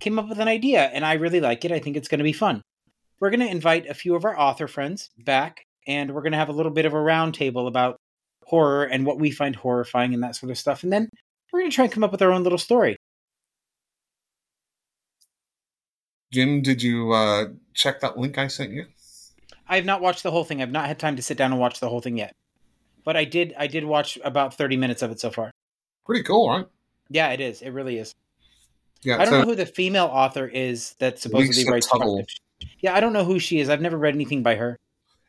A: came up with an idea, and I really like it. I think it's going to be fun. We're going to invite a few of our author friends back, and we're going to have a little bit of a roundtable about horror and what we find horrifying and that sort of stuff. And then we're going to try and come up with our own little story.
B: Jim, did you uh, check that link I sent you?
A: I have not watched the whole thing. I've not had time to sit down and watch the whole thing yet. But I did I did watch about 30 minutes of it so far.
B: Pretty cool, right?
A: Yeah, it is. It really is.
B: Yeah,
A: I don't
B: so-
A: know who the female author is that supposedly
B: Lisa
A: writes
B: Tuttle.
A: detective sh- Yeah, I don't know who she is. I've never read anything by her.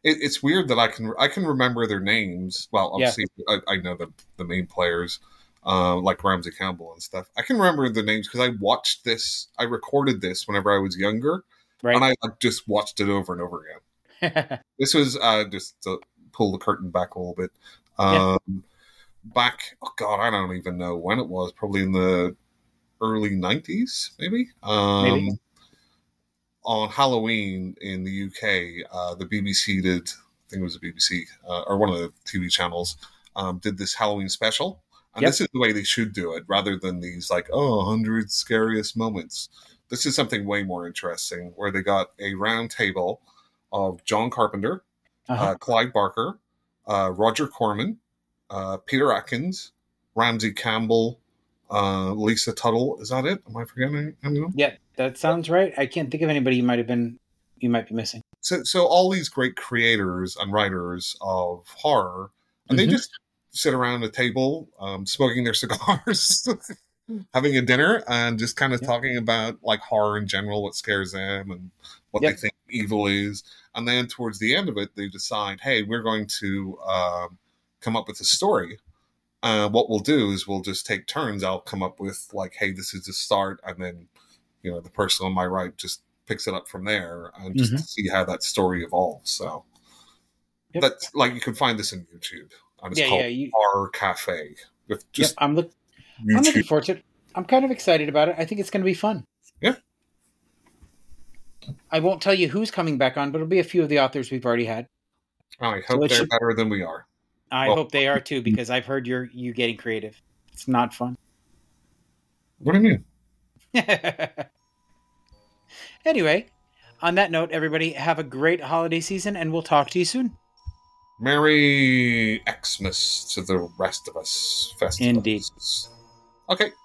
B: it, it's weird that I can I can remember their names. Well,
A: Yeah.
B: obviously I, I know the the main players, uh, like Ramsey Campbell and stuff. I can remember the names because I watched this. I recorded this whenever I was younger,
A: Right.
B: and I like, just watched it over and over again. This was uh, just to pull the curtain back a little bit.
A: Yeah.
B: Um, Back, oh god, I don't even know when it was. Probably in the early '90s, maybe. Um,
A: Maybe.
B: On Halloween in the UK, uh, the BBC did. I think it was the BBC uh, or one of the TV channels um, did this Halloween special. And
A: Yep.
B: this is the way they should do it, rather than these like oh, 100 scariest moments. This is something way more interesting, where they got a round table of John Carpenter,
A: Uh-huh.
B: uh, Clive Barker, uh, Roger Corman, uh, Peter Atkins, Ramsey Campbell, uh, Lisa Tuttle. Is that it? Am I forgetting anyone?
A: yeah, that sounds right. I can't think of anybody you might have been you might be missing.
B: So, so all these great creators and writers of horror, and
A: Mhm.
B: they just sit around a table, um, smoking their cigars, having a dinner, and just kind of
A: Yeah.
B: talking about like horror in general, what scares them, and what
A: Yeah.
B: they think evil is. And then towards the end of it, they decide, hey, we're going to um, come up with a story. Uh, what we'll do is we'll just take turns. I'll come up with like, hey, this is the start, and then you know the person on my right just picks it up from there and just
A: Mhm.
B: see how that story evolves. So
A: Yep.
B: that's like you can find this on YouTube. And it's
A: Yeah,
B: called
A: yeah, you-
B: Horror Cafe with
A: Yep,
B: just
A: I'm look I'm
B: YouTube.
A: looking forward to it. I'm kind of excited about it. I think it's going to be fun.
B: Yeah.
A: I won't tell you who's coming back on, but it'll be a few of the authors we've already had.
B: I
A: So
B: hope
A: it
B: they're
A: should-
B: better than we are.
A: I
B: Oh.
A: hope they are too, because I've heard you're you getting creative. It's not fun.
B: What do you mean?
A: anyway, on that note, everybody have a great holiday season, and we'll talk to you soon.
B: Merry Xmas to the rest of us. Festivus.
A: Indeed.
B: Okay,